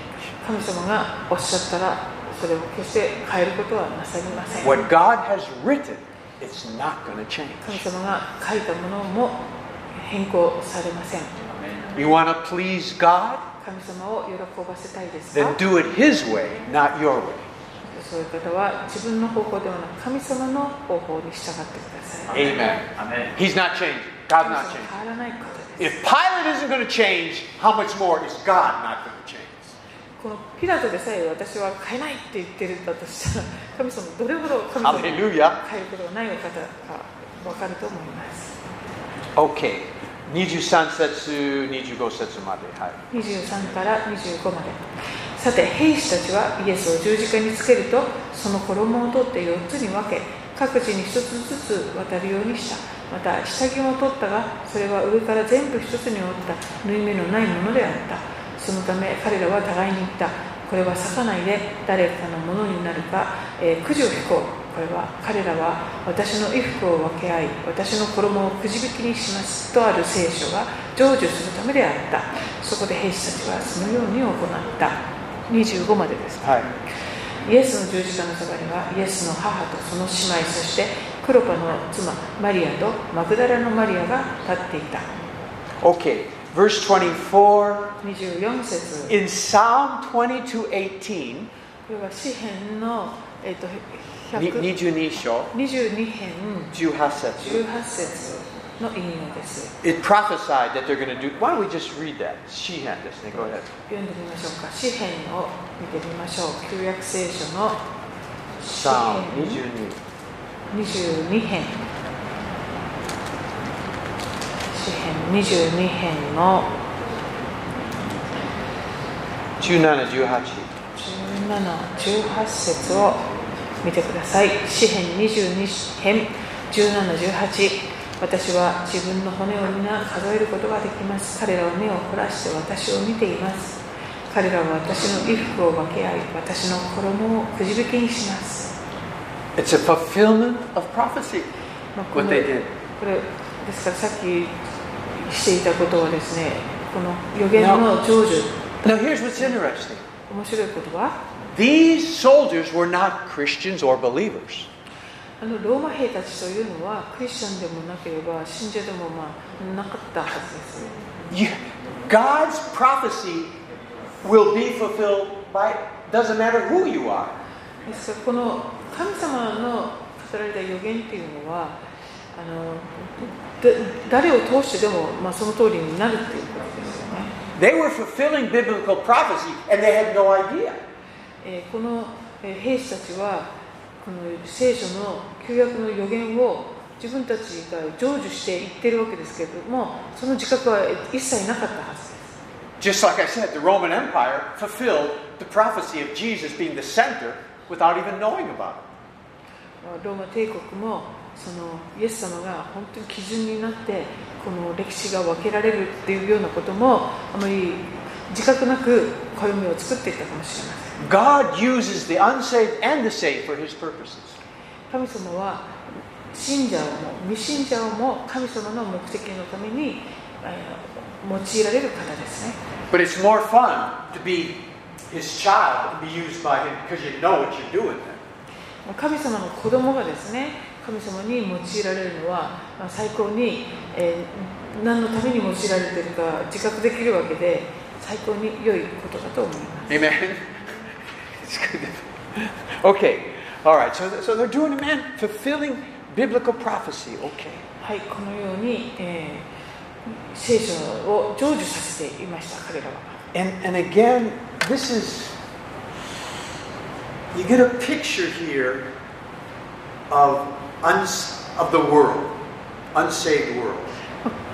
神様がおっしゃったらそれを決して変えることはなさりません What God has written, it's not going to change. 神様が書いたものも変更されません You want to please God? 神様を喜ばせたいですか Then do it His way, not your way. そういう方は自分の方法ではなく神様の方法に従ってください Amen. アメン He's not changing. God's 神 not 様 changing. 変わらない方です If Pilate isn't going to change, how much more is God not going to change? このピラトでさえ私は変えないって言ってるんだとしたら神様どれほど神様が変える Hallelujah. ことがないお方か分かると思います Okay. 23節、25節まで。はい。 23から25までさて兵士たちはイエスを十字架につけるとその衣を取って4つに分け各地に1つずつ渡るようにしたまた下着も取ったがそれは上から全部1つに折った縫い目のないものであったそのため彼らは互いに言ったこれは裂かないで誰かのものになるか、えーくじを引こうこれは彼らは私の衣服を分け合い私の衣をくじ引きにしますとある聖書が成就するためであったそこで兵士たちはそのように行った25までですはい。イエスの十字架のそばにはイエスの母とその姉妹そしてクロパの妻マリアとマグダラのマリアが立っていた Okay. Verse 24. 24節 In Psalm 22, 18, これは詩編の、えっと100 22章、18節。 22編18節の引用です It prophesied that they're going to do. Why don't we just read that? Shehan ですね。Go ahead. 読んでみましょうか詩編を見てみましょう旧約聖書の詩 Psalm 編 22. 22編詩編22編の 17、18. 1718節を見てください詩編22編1718私は自分の骨を皆数えることができます彼らは目を凝らして私を見ています彼らは私の衣服を分け合い私の衣をくじ引きにします It's a fulfillment of prophecy. まあこ What の they did. これですからさっきしていたことはですねこの予言の成就 Now, here's what's interesting 面白いことは these soldiers were not Christians or believers. あのローマ兵たちというのはクリスチャンでもなければ信者でもまあなかったはずです。 You- God's prophecy will be fulfilled by, doesn't matter who you are. ですからこの神様の語られた予言っていうのはあのだ誰を通してでも、まあ、その通りになるっていうことですよね。 They were fulfilling biblical prophecy and they had no idea. えーこのえー兵士たちはこの聖書の旧約の予言を自分たちが成就して言ってるわけですけれどもその自覚は一切なかったはずです Just like I said, the Roman Empire fulfilled the prophecy of Jesus being the center without even knowing about it. ローマ帝国もそのイエス様が本当に基準になってこの歴史が分けられるっていうようなこともあまり自覚なく暦を作っていったかもしれません God uses the unsaved and the saved for his purposes. 神様は信者をも未信者をも神様の目的のためにえー用いられる方ですね But it's more fun to be his child and be used by him because you know what you're doing then. 神様の子供がですね神様に用いられるのはまあ最高に、えー何のために用いられているか自覚できるわけで最高に良いことだと思います Amen. It's good. Okay. All right. So, so they're doing it, man. Fulfilling biblical prophecy. Okay. はい、このように、えー聖書を成就させていました、彼らは。 And, and again, this is, you get a picture here of, uns, of the world, unsaved world.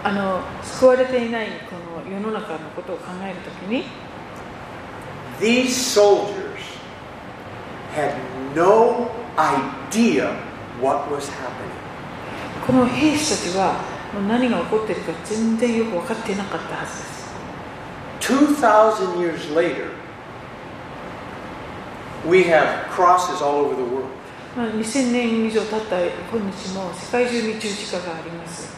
あの救われていないこの世の中のことを考えるときに、 These soldiers had no idea what was happening. この兵士たちはもう何が起こっているか全然よく分かっていなかったはずです。 2,000 years later, we have crosses all over the world. まあ、2000年以上経った今日も世界中に十字架があります。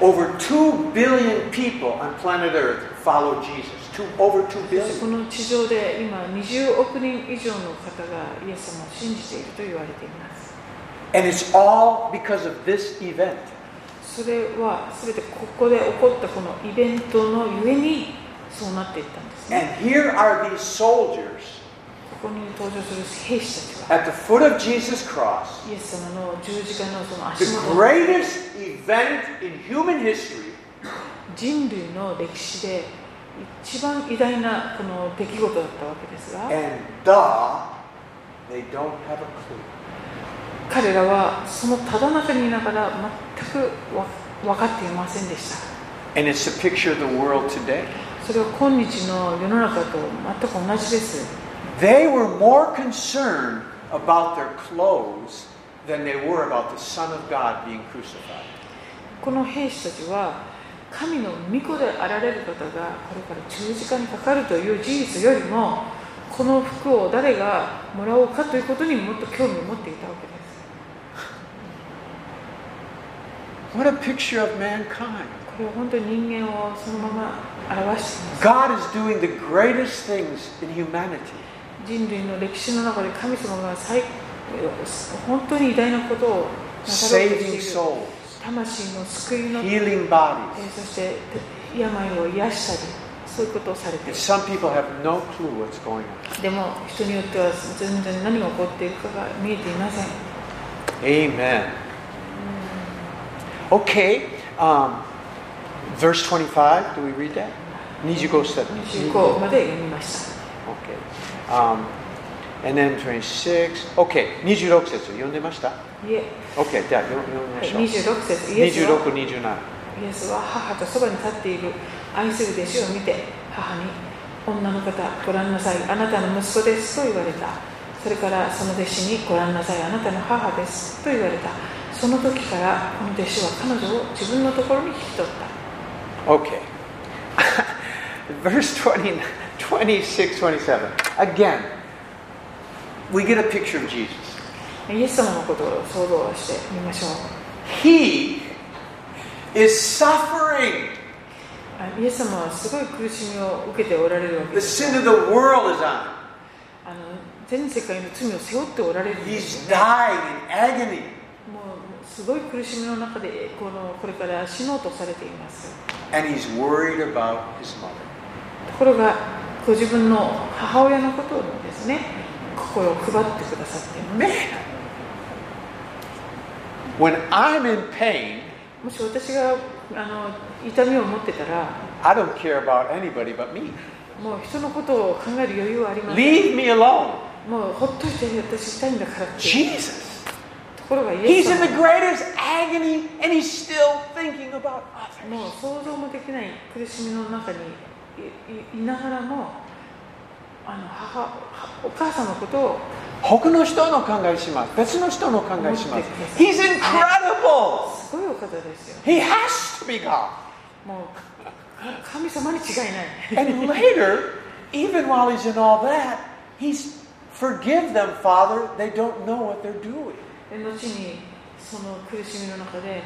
Over 2 billion people on planet Earth follow Jesus. Two, over 2そしてこ billion. の地上で今20億人以上の方がイエス様を信じていると言われています。 And it's all because of this event. それは全てここで起こったこのイベントのゆえにそうなっていったんですね。 And here are these soldiers ここに登場する兵士たちは at the foot of Jesus' cross. イエス様の十字架のその The 足元 greatest event in human history 人類の歴史で一番偉大なこの出来事だったわけですが And duh, they don't have a clue. 彼らはそのただ中にいながら全くわ分かっていませんでした And it's a picture of the world today. それは今日の世の中と全く同じです They were more concerned about their clothes than they were about the Son of God being crucified. この兵士たちは神の御子であられる方がこれから十字架にかかるという事実よりもこの服を誰がもらおうかということにもっと興味を持っていたわけです What a picture of mankind. これは本当に人間をそのまま表しています God is doing the greatest things in humanity. 人類の歴史の中で神様が最本当に偉大なことをなさろうとしてい Saving る souls, 魂の救いの、え healing bodies. ーそして病を癒したりそういうことをされてい And る some people have no clue what's going on. でも人によっては全然何が起こっているかが見えていません Amen. Okay, um, verse 25, do we read that? 25節25まで読みました Okay. Um, and then 26. Okay, 26節読んでましたいえ ?Okay, じゃあ読読みましょう。 26節イエスは26、27。イエスは母とそばに立っている愛する弟子を見て母に女の方ご覧なさいあなたの息子ですと言われたそれからその弟子にご覧なさいあなたの母ですと言われたその時からこの弟子は彼女を自分のところに引き取った Okay. Verse 20, 26, 27. Again, we get a picture of Jesus. イエス様のことを想像してみましょう He is suffering. あイエス様はすごい苦しみを受けておられるわけ The です sin of the world is on him. あの全世界の罪を背負っておられるんです He's よね dying in agony. もうすごい苦しみの中でこのこれから死のうとされています And he's worried about his mother. ところがご自分の母親のことをですね心を配ってくださっています Man! When I'm in pain, もし私があの痛みを持ってたら I don't care about anybody but me. もう人のことを考える余裕はありません Leave me alone. もうほっといて私したいんだからっていう Jesus. ところがイエ He's ス in 様 the greatest agony and he's still thinking about others. もう想像もできない苦しみの中にいいいながらもあの母はお母さんのことを他の人の考えします。別の人の考えします。He's incredible. すごいお方ですよ He has to be God. もう神様に違いない And later, even while he's in all that, he's forgive them, Father. They don't know what they're doing. で後にその苦しみの中で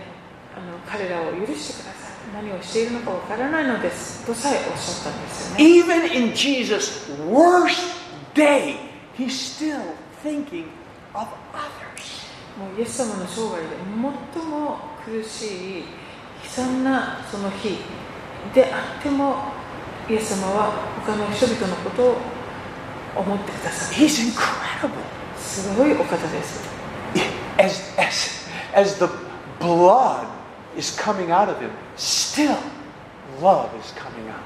あの彼らを許してください何をしているのかわからないのですとさえおっしゃったんですよね Even in Jesus' worst day, he's still thinking of others. もうイエス様の生涯で最も苦しい悲惨なその日であってもイエス様は他の人々のことを思ってください He's incredible. すごいお方です As, as, as the blood is coming out of him, still love is coming out.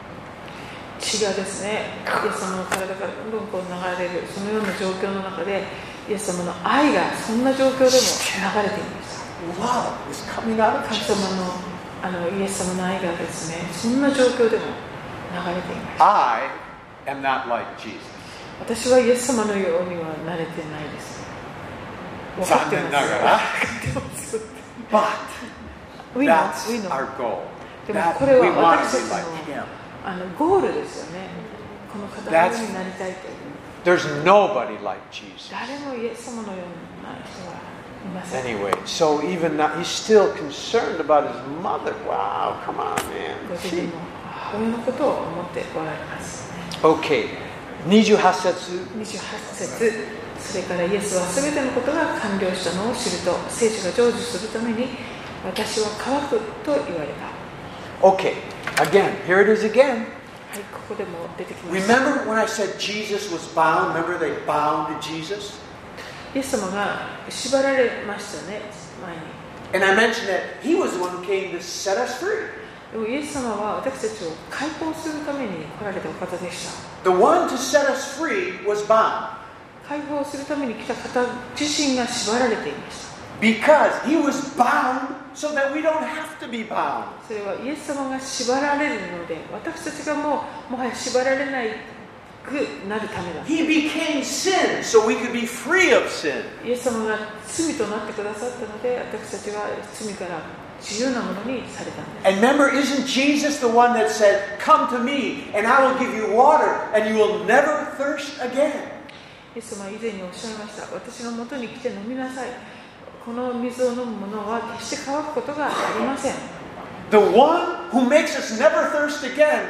血がですねイエス様の体からどんどんこう流れるそのような状況の中でイエス様の愛がそんな状況でも流れていました Love is coming out of 神 Jesus. 様のあのイエス様の愛がですねそんな状況でも流れています I am not like Jesus. 私はイエス様のようには慣れてないです分かって残ます念ながら分かってます But We know, that's we know. our goal. でも That これ we は want 私 to be たち like him. のあのゴールですよねこの方のようになりたいという There's nobody like Jesus. 誰もイエス様のような人はいません Anyway, so even now, he's still concerned about his mother. Wow, come on, ご man. 自身 She- の母親のことを思っておられます Okay, 28節。 28節それからイエスは全てのことが完了したのを知ると聖書が成就するために私は乾くと言われたは Okay, again, here it is again. いここでも出てきました Remember when I said Jesus was bound? Remember they bound Jesus? イエス様が縛られましたね、前 And に。I mentioned that he was the one who came to set us free. でもイエス様は私たちを解放するために来られたお方でした。 The one to set us free was bound 解放するために来た方自身が縛られていました。 because he was bound so that we don't have to be bound. それはイエス様が縛られるので、私たちがもうもはや縛られないくなるためだ。 He became sin so we could be free of sin. イエス様が罪となってくださったので、私たちは罪から自由なものにされたんです。 And remember, isn't Jesus the one that said, Come to me, and I will give you water, and you will never thirst again? イエス様は以前におっしゃいました私のもとに来て飲みなさいこの水を飲む者は決して乾くことがありません The one who makes us never thirst again,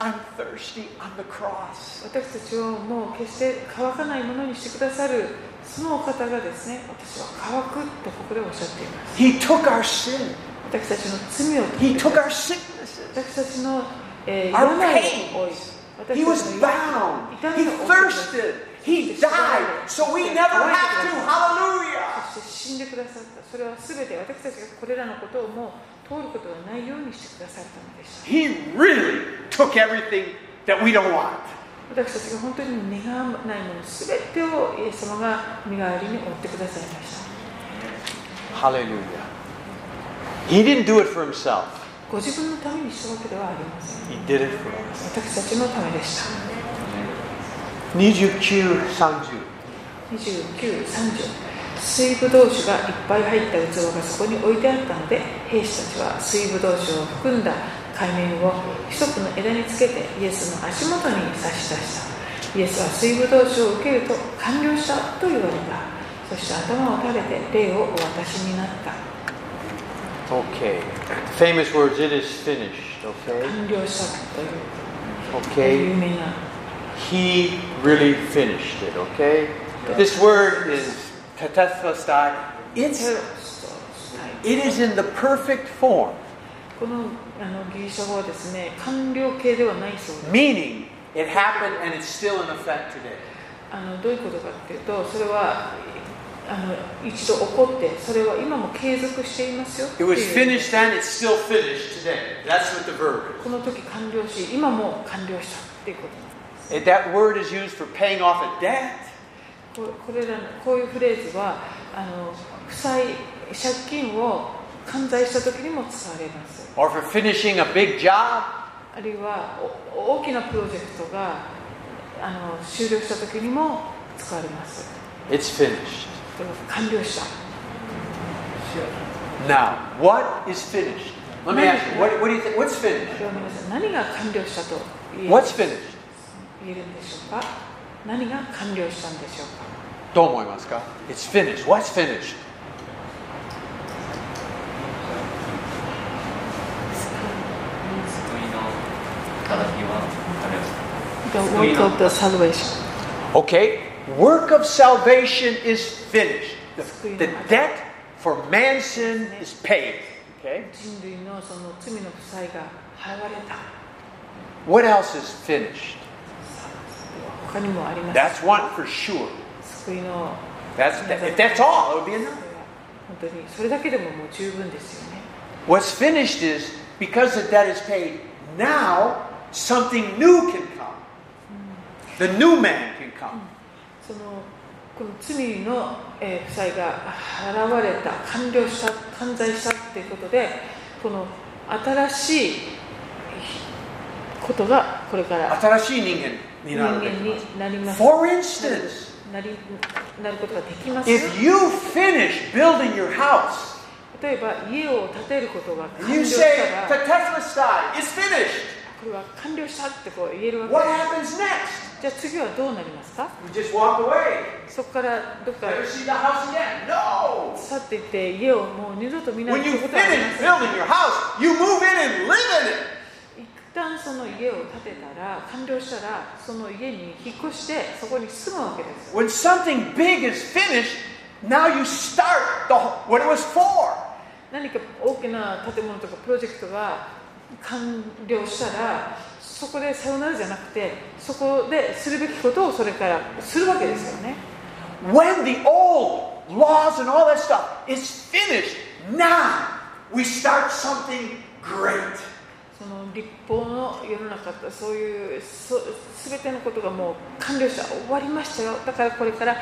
I'm thirsty on the cross. 私たちをもう決して乾かないものにしてくださるそのお方がですね私は乾くとここでおっしゃっています He took our sin, 私たちの罪を He 取って took our sicknesses. 私たちの、えー、 Our 病 pains. を負い He 私 was たちの bound, He 痛みを負ってくださ thirsted, He died, so we never have to. Hallelujah! そして死んでくださったそれは全て私たちがこれらのことをもう通ることがないようにしてくださったのでした He really took everything that we don't want. 私たちが本当に願わないもの全てをイエス様が身代わりに負ってくださいました Hallelujah. He didn't do it for himself, ご自分のためにしたわけではありません He did it for us. 私たちのためでした29 30. 2930水ぶどう酒がいっぱい入った器がそこに置いてあったので兵士たちは水ぶどう酒を含んだ海面を一つの枝につけてイエスの足元に差し出したイエスは水ぶどう酒を受けると完了したと言われたそして頭を垂れて霊をお渡しになった Okay. Famous words, it is finished. Okay. 完了したという Okay. 有名な He really finished it. Okay. This word is tetelestai. テ It's ロスとしたい it is in the perfect form, このあのギリシャ語はですね完了形ではないそうです meaning it happened and it's still in effect today. あのどういうことかっていうとそれはあの一度起こってそれは今も継続していますよっ It ていう was finished then. It's still finished today. That's what the verb. この時完了し今も完了したっていうことなんです It, that word is used for paying off a debt, ここれらのこういうフレーズはあの負債借金を完済した時にも使われます or for finishing a big job, あるいはお大きなプロジェクトがあの終了した時にも使われます it's finished. でも完了した Now, what is finished? Let me ask you, what, what do you think? What's 今 finished? 日は皆さん何が完了したと言え What's finished? 言えるんでしょうか何が完了したんでしょう Don't worry, Moscow. It's finished. What's finished? 救いの働きは彼らか The work of the salvation Okay, work of salvation is finished. The, the debt for man's sin is paid. Okay, 人類のその罪の負債が払われた what else is finished? 他にもあります That's one for sure. 救いの That's that, if that's all, it would be それ enough. は本当にそれだけでももう十分ですよね What's finished is because the debt is paid now, something new can come. The new man can come. そのこの罪の、えー負債が払われた完了した完済したっていうことでこの新しいことがこれから人新間しい人間になるべきです。になります For instance, なりなることができます if you finish building your house, 例えば家を建てることが And 完 you 了し say, たら Tetelestai, it's finished. これは完了したってこう言えるわけ What happens next? じゃあ次はどうなりますか We just walk away. そこからどっか Never see the house again. No. 去っていって家をもう二度と見ない When と you いうことはありま finish す building your house, you move in and live in it. 一旦その家を建てたら完了したらその家に引っ越してそこに住むわけです When something big is finished, now you start the wh- what it was for. 何か大きな建物とかプロジェクトが完了したらそこでさよならじゃなくてそこでするべきことをそれからするわけですよね When the old laws and all that stuff is finished, now we start something great. その立法の世の中とそういうそ全てのことがもう完了した終わりましたよだからこれから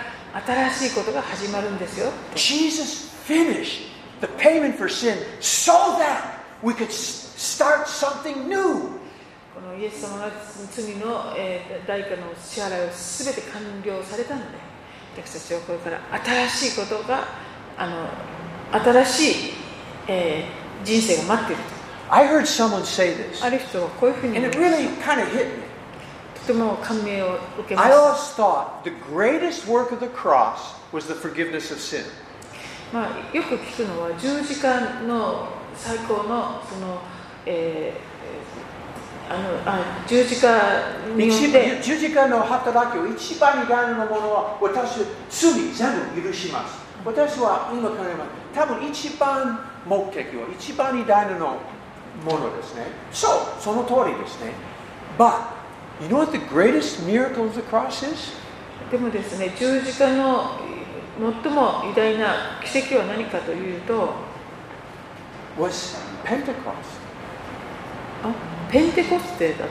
新しいことが始まるんですよ Jesus finished the payment for sin so that we could s- start something new. このイエス様が罪の、えー代価の支払いをすべて完了されたので私たちはこれから新しいことがあの新しい、えー人生が待っている I heard someone say this, とある人はこういうふうに and 言う it とと really kind of hit me. ても感銘を受けまし I た、 always thought the greatest work of the cross was the forgiveness of sin. まあ、よく聞くのは十字架の最高のその、えーあのあ十字架によって十字架の働きを一番になるものは私は罪全部許します。私は今考えます。多分一番目的は一番偉大なものですね。そう、その通りですね。But you know what the greatest miracle of the cross is? でもですね十字架の最も偉大な奇跡は何かというと Was Pentecost. あペンテコステだ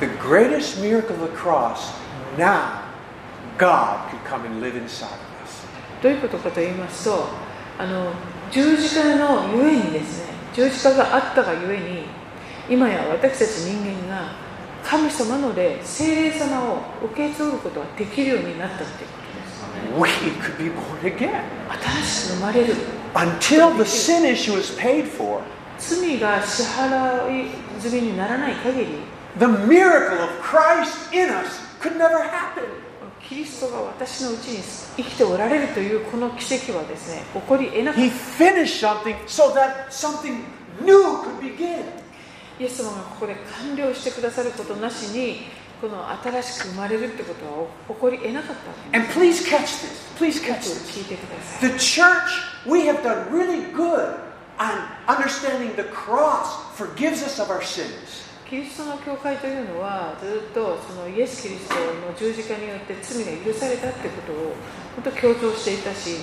The greatest miracle of the cross, now God could come and live inside of us. どういうことかと言いますとあの十字架のゆえにですね十字架があったがゆえに今や私たち人間が神様の霊聖霊様を受け継ぐことができるようになったっていうこ We could be born again. と新しく生まれる Until the sin issue is paid for, 罪が支払い済みにならない限り the miracle of Christ in us could never happen. キリストが私のうちに生きておられるというこの奇跡はですね起こり得なかっ He た finished something so that something new could begin. イエス様がここで完了してくださることなしにこの新しく生まれるってことは起こり得なかったわけ And please catch this. Please よく catch this. 聞いてください The church, we have done really good on understanding the cross forgives us of our sins. キリストの教会というのはずっとそのイエス・キリストの十字架によって罪が許されたってことを本当強調していたし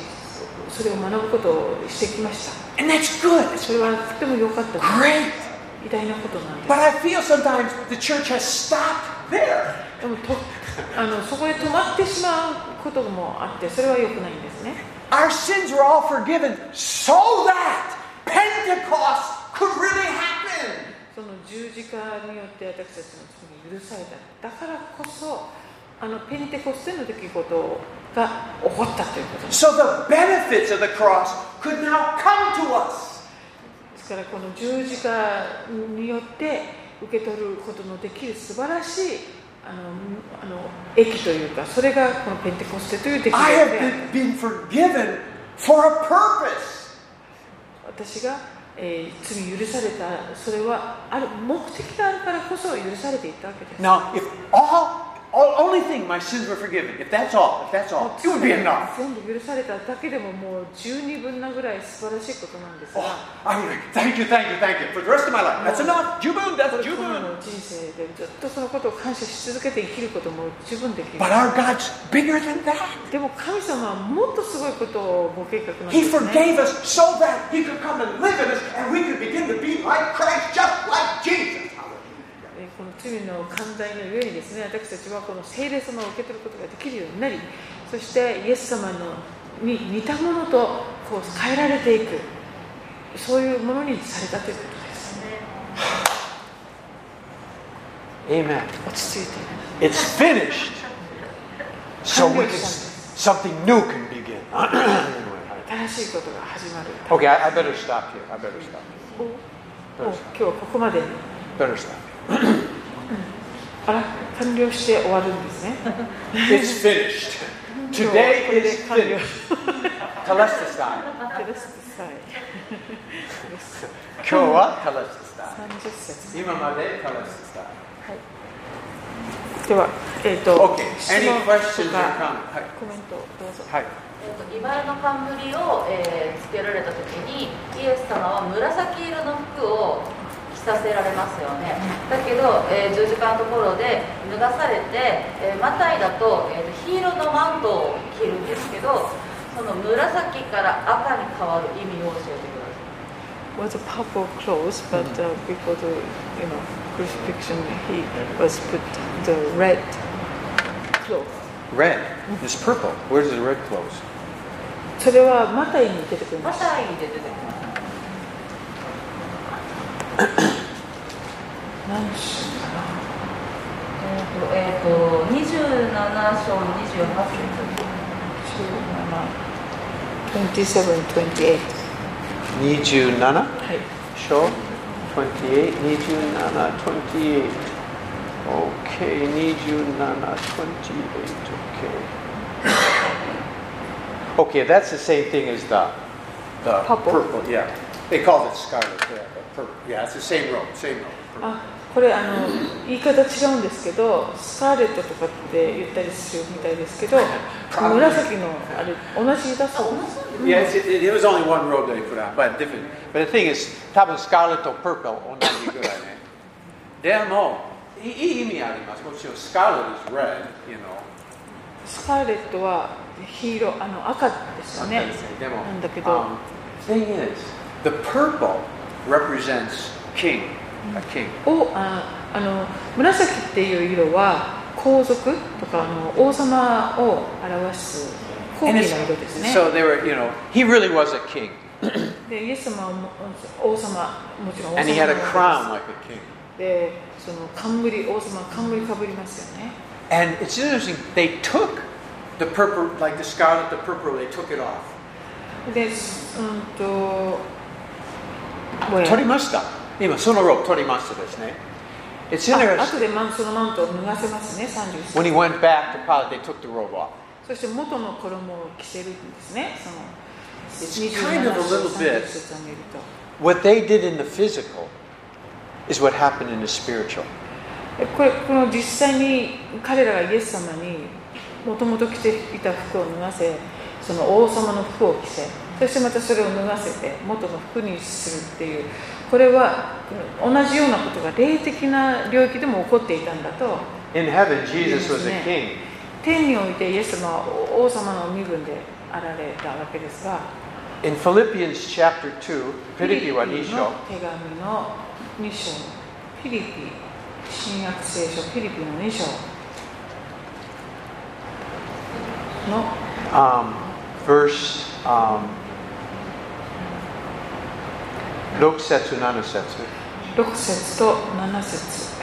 それを学ぶことをしてきました And that's good. It's それはとても良かったです great. 偉大なことなんです But I feel sometimes the church has stopped there. でもとあのそこで止まってしまうこともあってそれは良くないんですね Our sins were all forgiven so that Pentecost could really happen. その十字架によって私たちの罪が許されただからこそあのペンテコステの出来事が起こったということです So the benefits of the cross could now come to us. ですからこの十字架によって受け取ることのできる素晴らしいあのあの益というかそれがこのペンテコステという出来 I 事で have been, been forgiven for a purpose. 私が、えー罪許されたそれはある目的があるからこそ許されていったわけです Now, if all, all only thing my sins were forgiven, if that's all, if that's もう all, it would be enough. 全部許されただけでももう十二分なぐらい素晴らしいことなんですが、 Oh, I'm like, thank you, thank you, thank you. For the rest of my life, that's enough. Jubun, こ that's れからの jubun. 人生でずっとそのことを感謝し続けて生きることも十分できる But our God's bigger than that. でも神様はもっとすごいことをご計画なんで He すね forgave us so that He could come and live in us and we could begin to be like Christ, just like Jesus. えーこの罪の犯罪のゆえにですね私たちはこの聖霊様を受け取ることができるようになりそしてイエス様のに似たものとこう変えられていくそういうものにされたということです Amen. 落ち着いて It's finished. So we can, something new can begin. Anyway, 新しいことが始まる okay, I, I better stop here. I better stop. おお今日はここまで Better stop. あら完了して終わるんですね It's finished. Today is finished. Telestasai. テレスさえ Kyo wa telestasai. 30節 Ima made telestasai. ではえっ、と Okay, 質 any 問 questions or とか comments? Hi. コメントどうぞ Hi. 茨の冠を、えーつけられた時にイエス様は紫色の服を着させられますよねだけど、えー十字架のところで脱がされて、えーマタイだと,、えーと黄色のマントを着るんですけどその紫から赤に変わる意味を教えてください was a purple clothes, but uh, before the you know crucifixion, he was put the red cloth. Red. It's purple. Where does the red close? それはマタイに出てくるんマです。タイで出てきます何種えっ、と,、えー、と27章28節27、28。 Niju Nana. はい。 Show. 28. Niju Nana 28. Okay. Niju Nana 28. Okay. Okay, that's the same thing as the, the Purple. yeah. They called it scarlet. Yeah, but purple. yeah, it's the same robe. Same robe. purple. あ、これあの言い方違うんですけど、スカーレットとかって言ったりするみたいですけど、紫のあれ同じだそうです。 Yeah, it's, it, it was only one robe that he put on, but different. But the thing is, 多分 scarlet or purple 同じぐらいね。でも、いい意味あります。もちろん scarlet is red, you know. スカーレットは黄色、あの赤ですよね。でも、なんだけど。 um, thing is, the purple represents king, a king. をああの紫っていう色は皇族とかあの王様を表す高貴 And な it's- 色ですね。 so they were, you know, he really was a king, でイエス様はも王様もちろん王様 and he had a なわけです crown like a king. でその冠王様は冠かぶりますよね。 And it's interesting. They took the purple, like the scarlet, the purple. They took it off. でうんとどうや取りました今そのロープ取りましたですね It's あ interesting 後でマンそのマントを脱がせますね三十 when he went back to Pilate they took the robe off そして元の衣を着せるんですね。その It's kind of a little 27 bit. 30節を見ると what they did in the physical is what happened in the spiritual これこの実際に彼らがイエス様にもともと着ていた服を脱がせその王様の服を着せそしてまたそれを脱がせて元の服にするっていうこれは同じようなことが霊的な領域でも起こっていたんだと in heaven Jesus was a king 天においてイエス様は王様の身分であられたわけですが in Philippians chapter 2フフィリィリピピンンはの2手紙章の2章フィリピン新約聖書フィリピンの2章の um, verse um, 6節7節6節と7節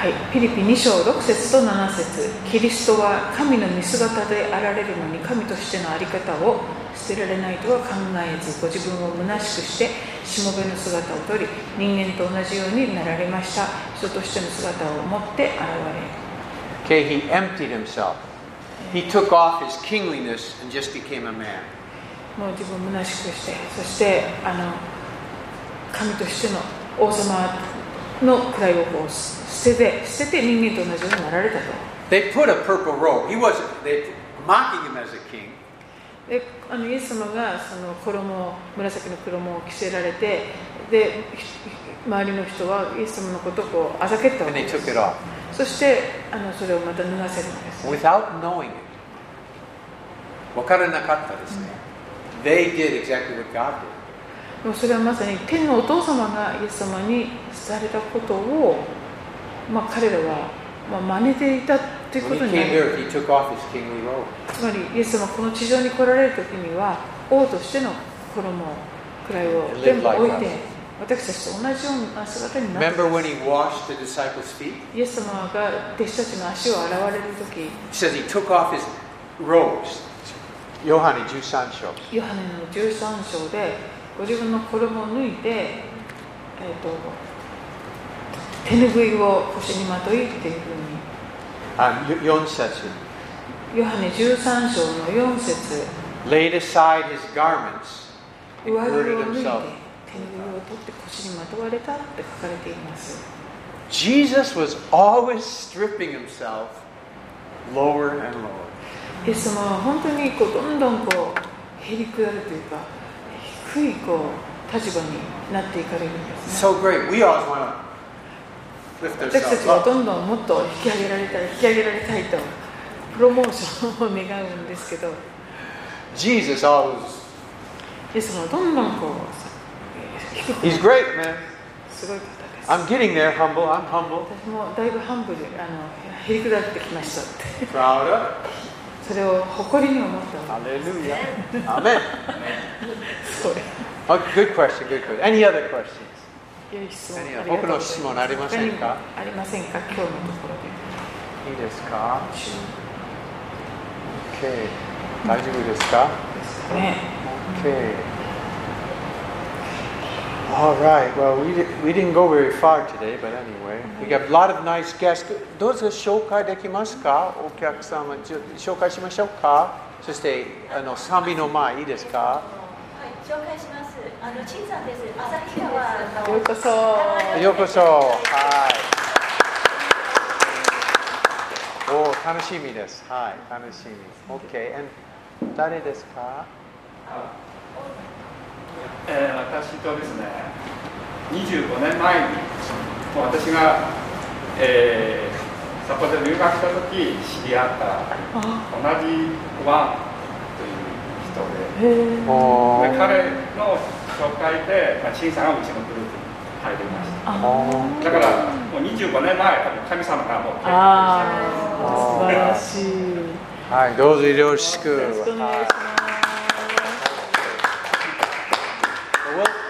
はい、フィリピン2章6節と7節キリストは神の見姿であられるのに神としてのあり方を捨てられないとは考えずご自分を虚しくしてしもべの姿をとり人間と同じようになられました人としての姿を持って現れ Okay, he emptied himself. He took off his kingliness and just became a man. もう自分を虚しくしてそしてあの神としての王様の位をこう捨てて捨てて人間と同じようになられたと。 They put a purple robe. He wasn't. They mocking him as a king. であのイエス様がその衣を紫の衣を着せられてでひ周りの人はイエス様のことをこうあざけったわ And け they で took す it off そしてあのそれをまた脱がせるんです without knowing it. わからなかったですね。They did exactly what God did. でもそれはまさに天のお父様がイエス様にされたことを、まあ、彼らは、まあ、真似ていたというこ When と he にな came る here, he took off his kingly robe. つまりイエス様この地上に来られる時には王としての衣位を全部置いて私たちと同じような姿になって Remember when he washed the disciples' feet? イエス様が弟子たちの足を洗われるとき、 It says he took off his robes. Yohane Jusancho. ヨハネの13章で、ご自分の衣を脱いで、えー、と手拭いを腰にまといっていうふう Um, y- Yonsetsu. に、ヨハネ13章の4節 Laid aside his garments 上 and 着を脱いで girded 手拭いを himself. 取って腰にまとわれたって書かれています。 Jesus was always stripping himself lower and lower. イエス様は本当にこうどんどんこうへりくだるというか、低いこう立場になっていかれるんですね。 So great. We always want to lift 私た ourselves ちは up. どんどんもっと引き上げられたい引き上げられたいとプロモーションを願うんですけど Jesus always. イエス様はどんどんこう低く He's great, man. すごい方です I'm getting there, humble. I'm humble. 私もだいぶハンブルあのへりくだってきましたって Proud of. それを誇りに思ったわ Hallelujah. Amen. それ Okay, good question. Good question. Any other questions? 良い質問何あがりが他とうございまのす質問ありませんか他にもありませんか今日のところでいいですか ?OK。大丈夫ですかですかね ?OK。All right. Well, we, di- we didn't go very far today, but anyway. We got a lot of nice guests. どうぞ紹介できますかお客様、じゅ紹介しましょうかそして、あの、賛美の前、いいですかはい、紹介します。あの、ちんさんです。旭川よの。うこそようこそ。はい。おー楽しみです。はい、楽しみ。OK。And 誰ですかえー私とですね25年前にもう私が、えー札幌で留学した時知り合ったあ同じワンという人へでえおでー彼の紹介で、まあ、陳さんがうちのグループに入りましたあだからもう25年前多分神様がもうー結婚してあー素晴らしいよはい、どうぞよろしく。ろしくお願いします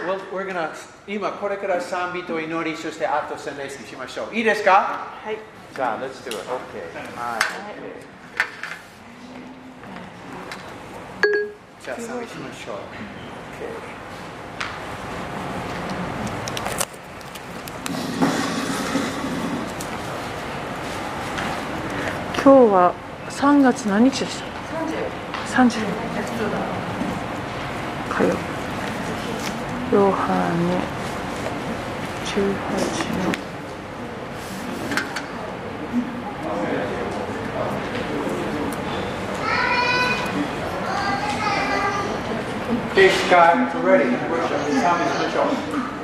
Well, well, we're gonna 今これから賛美と祈り、そしてあと宣礼式しましょう。いいですかはいじゃあ、Let's do it. OK。はい。じゃあ賛美しましょう。OK。今日は3月何日でした30火曜ヨハネ18の Okay, Scott, we're ready. Worship. Come and switch off.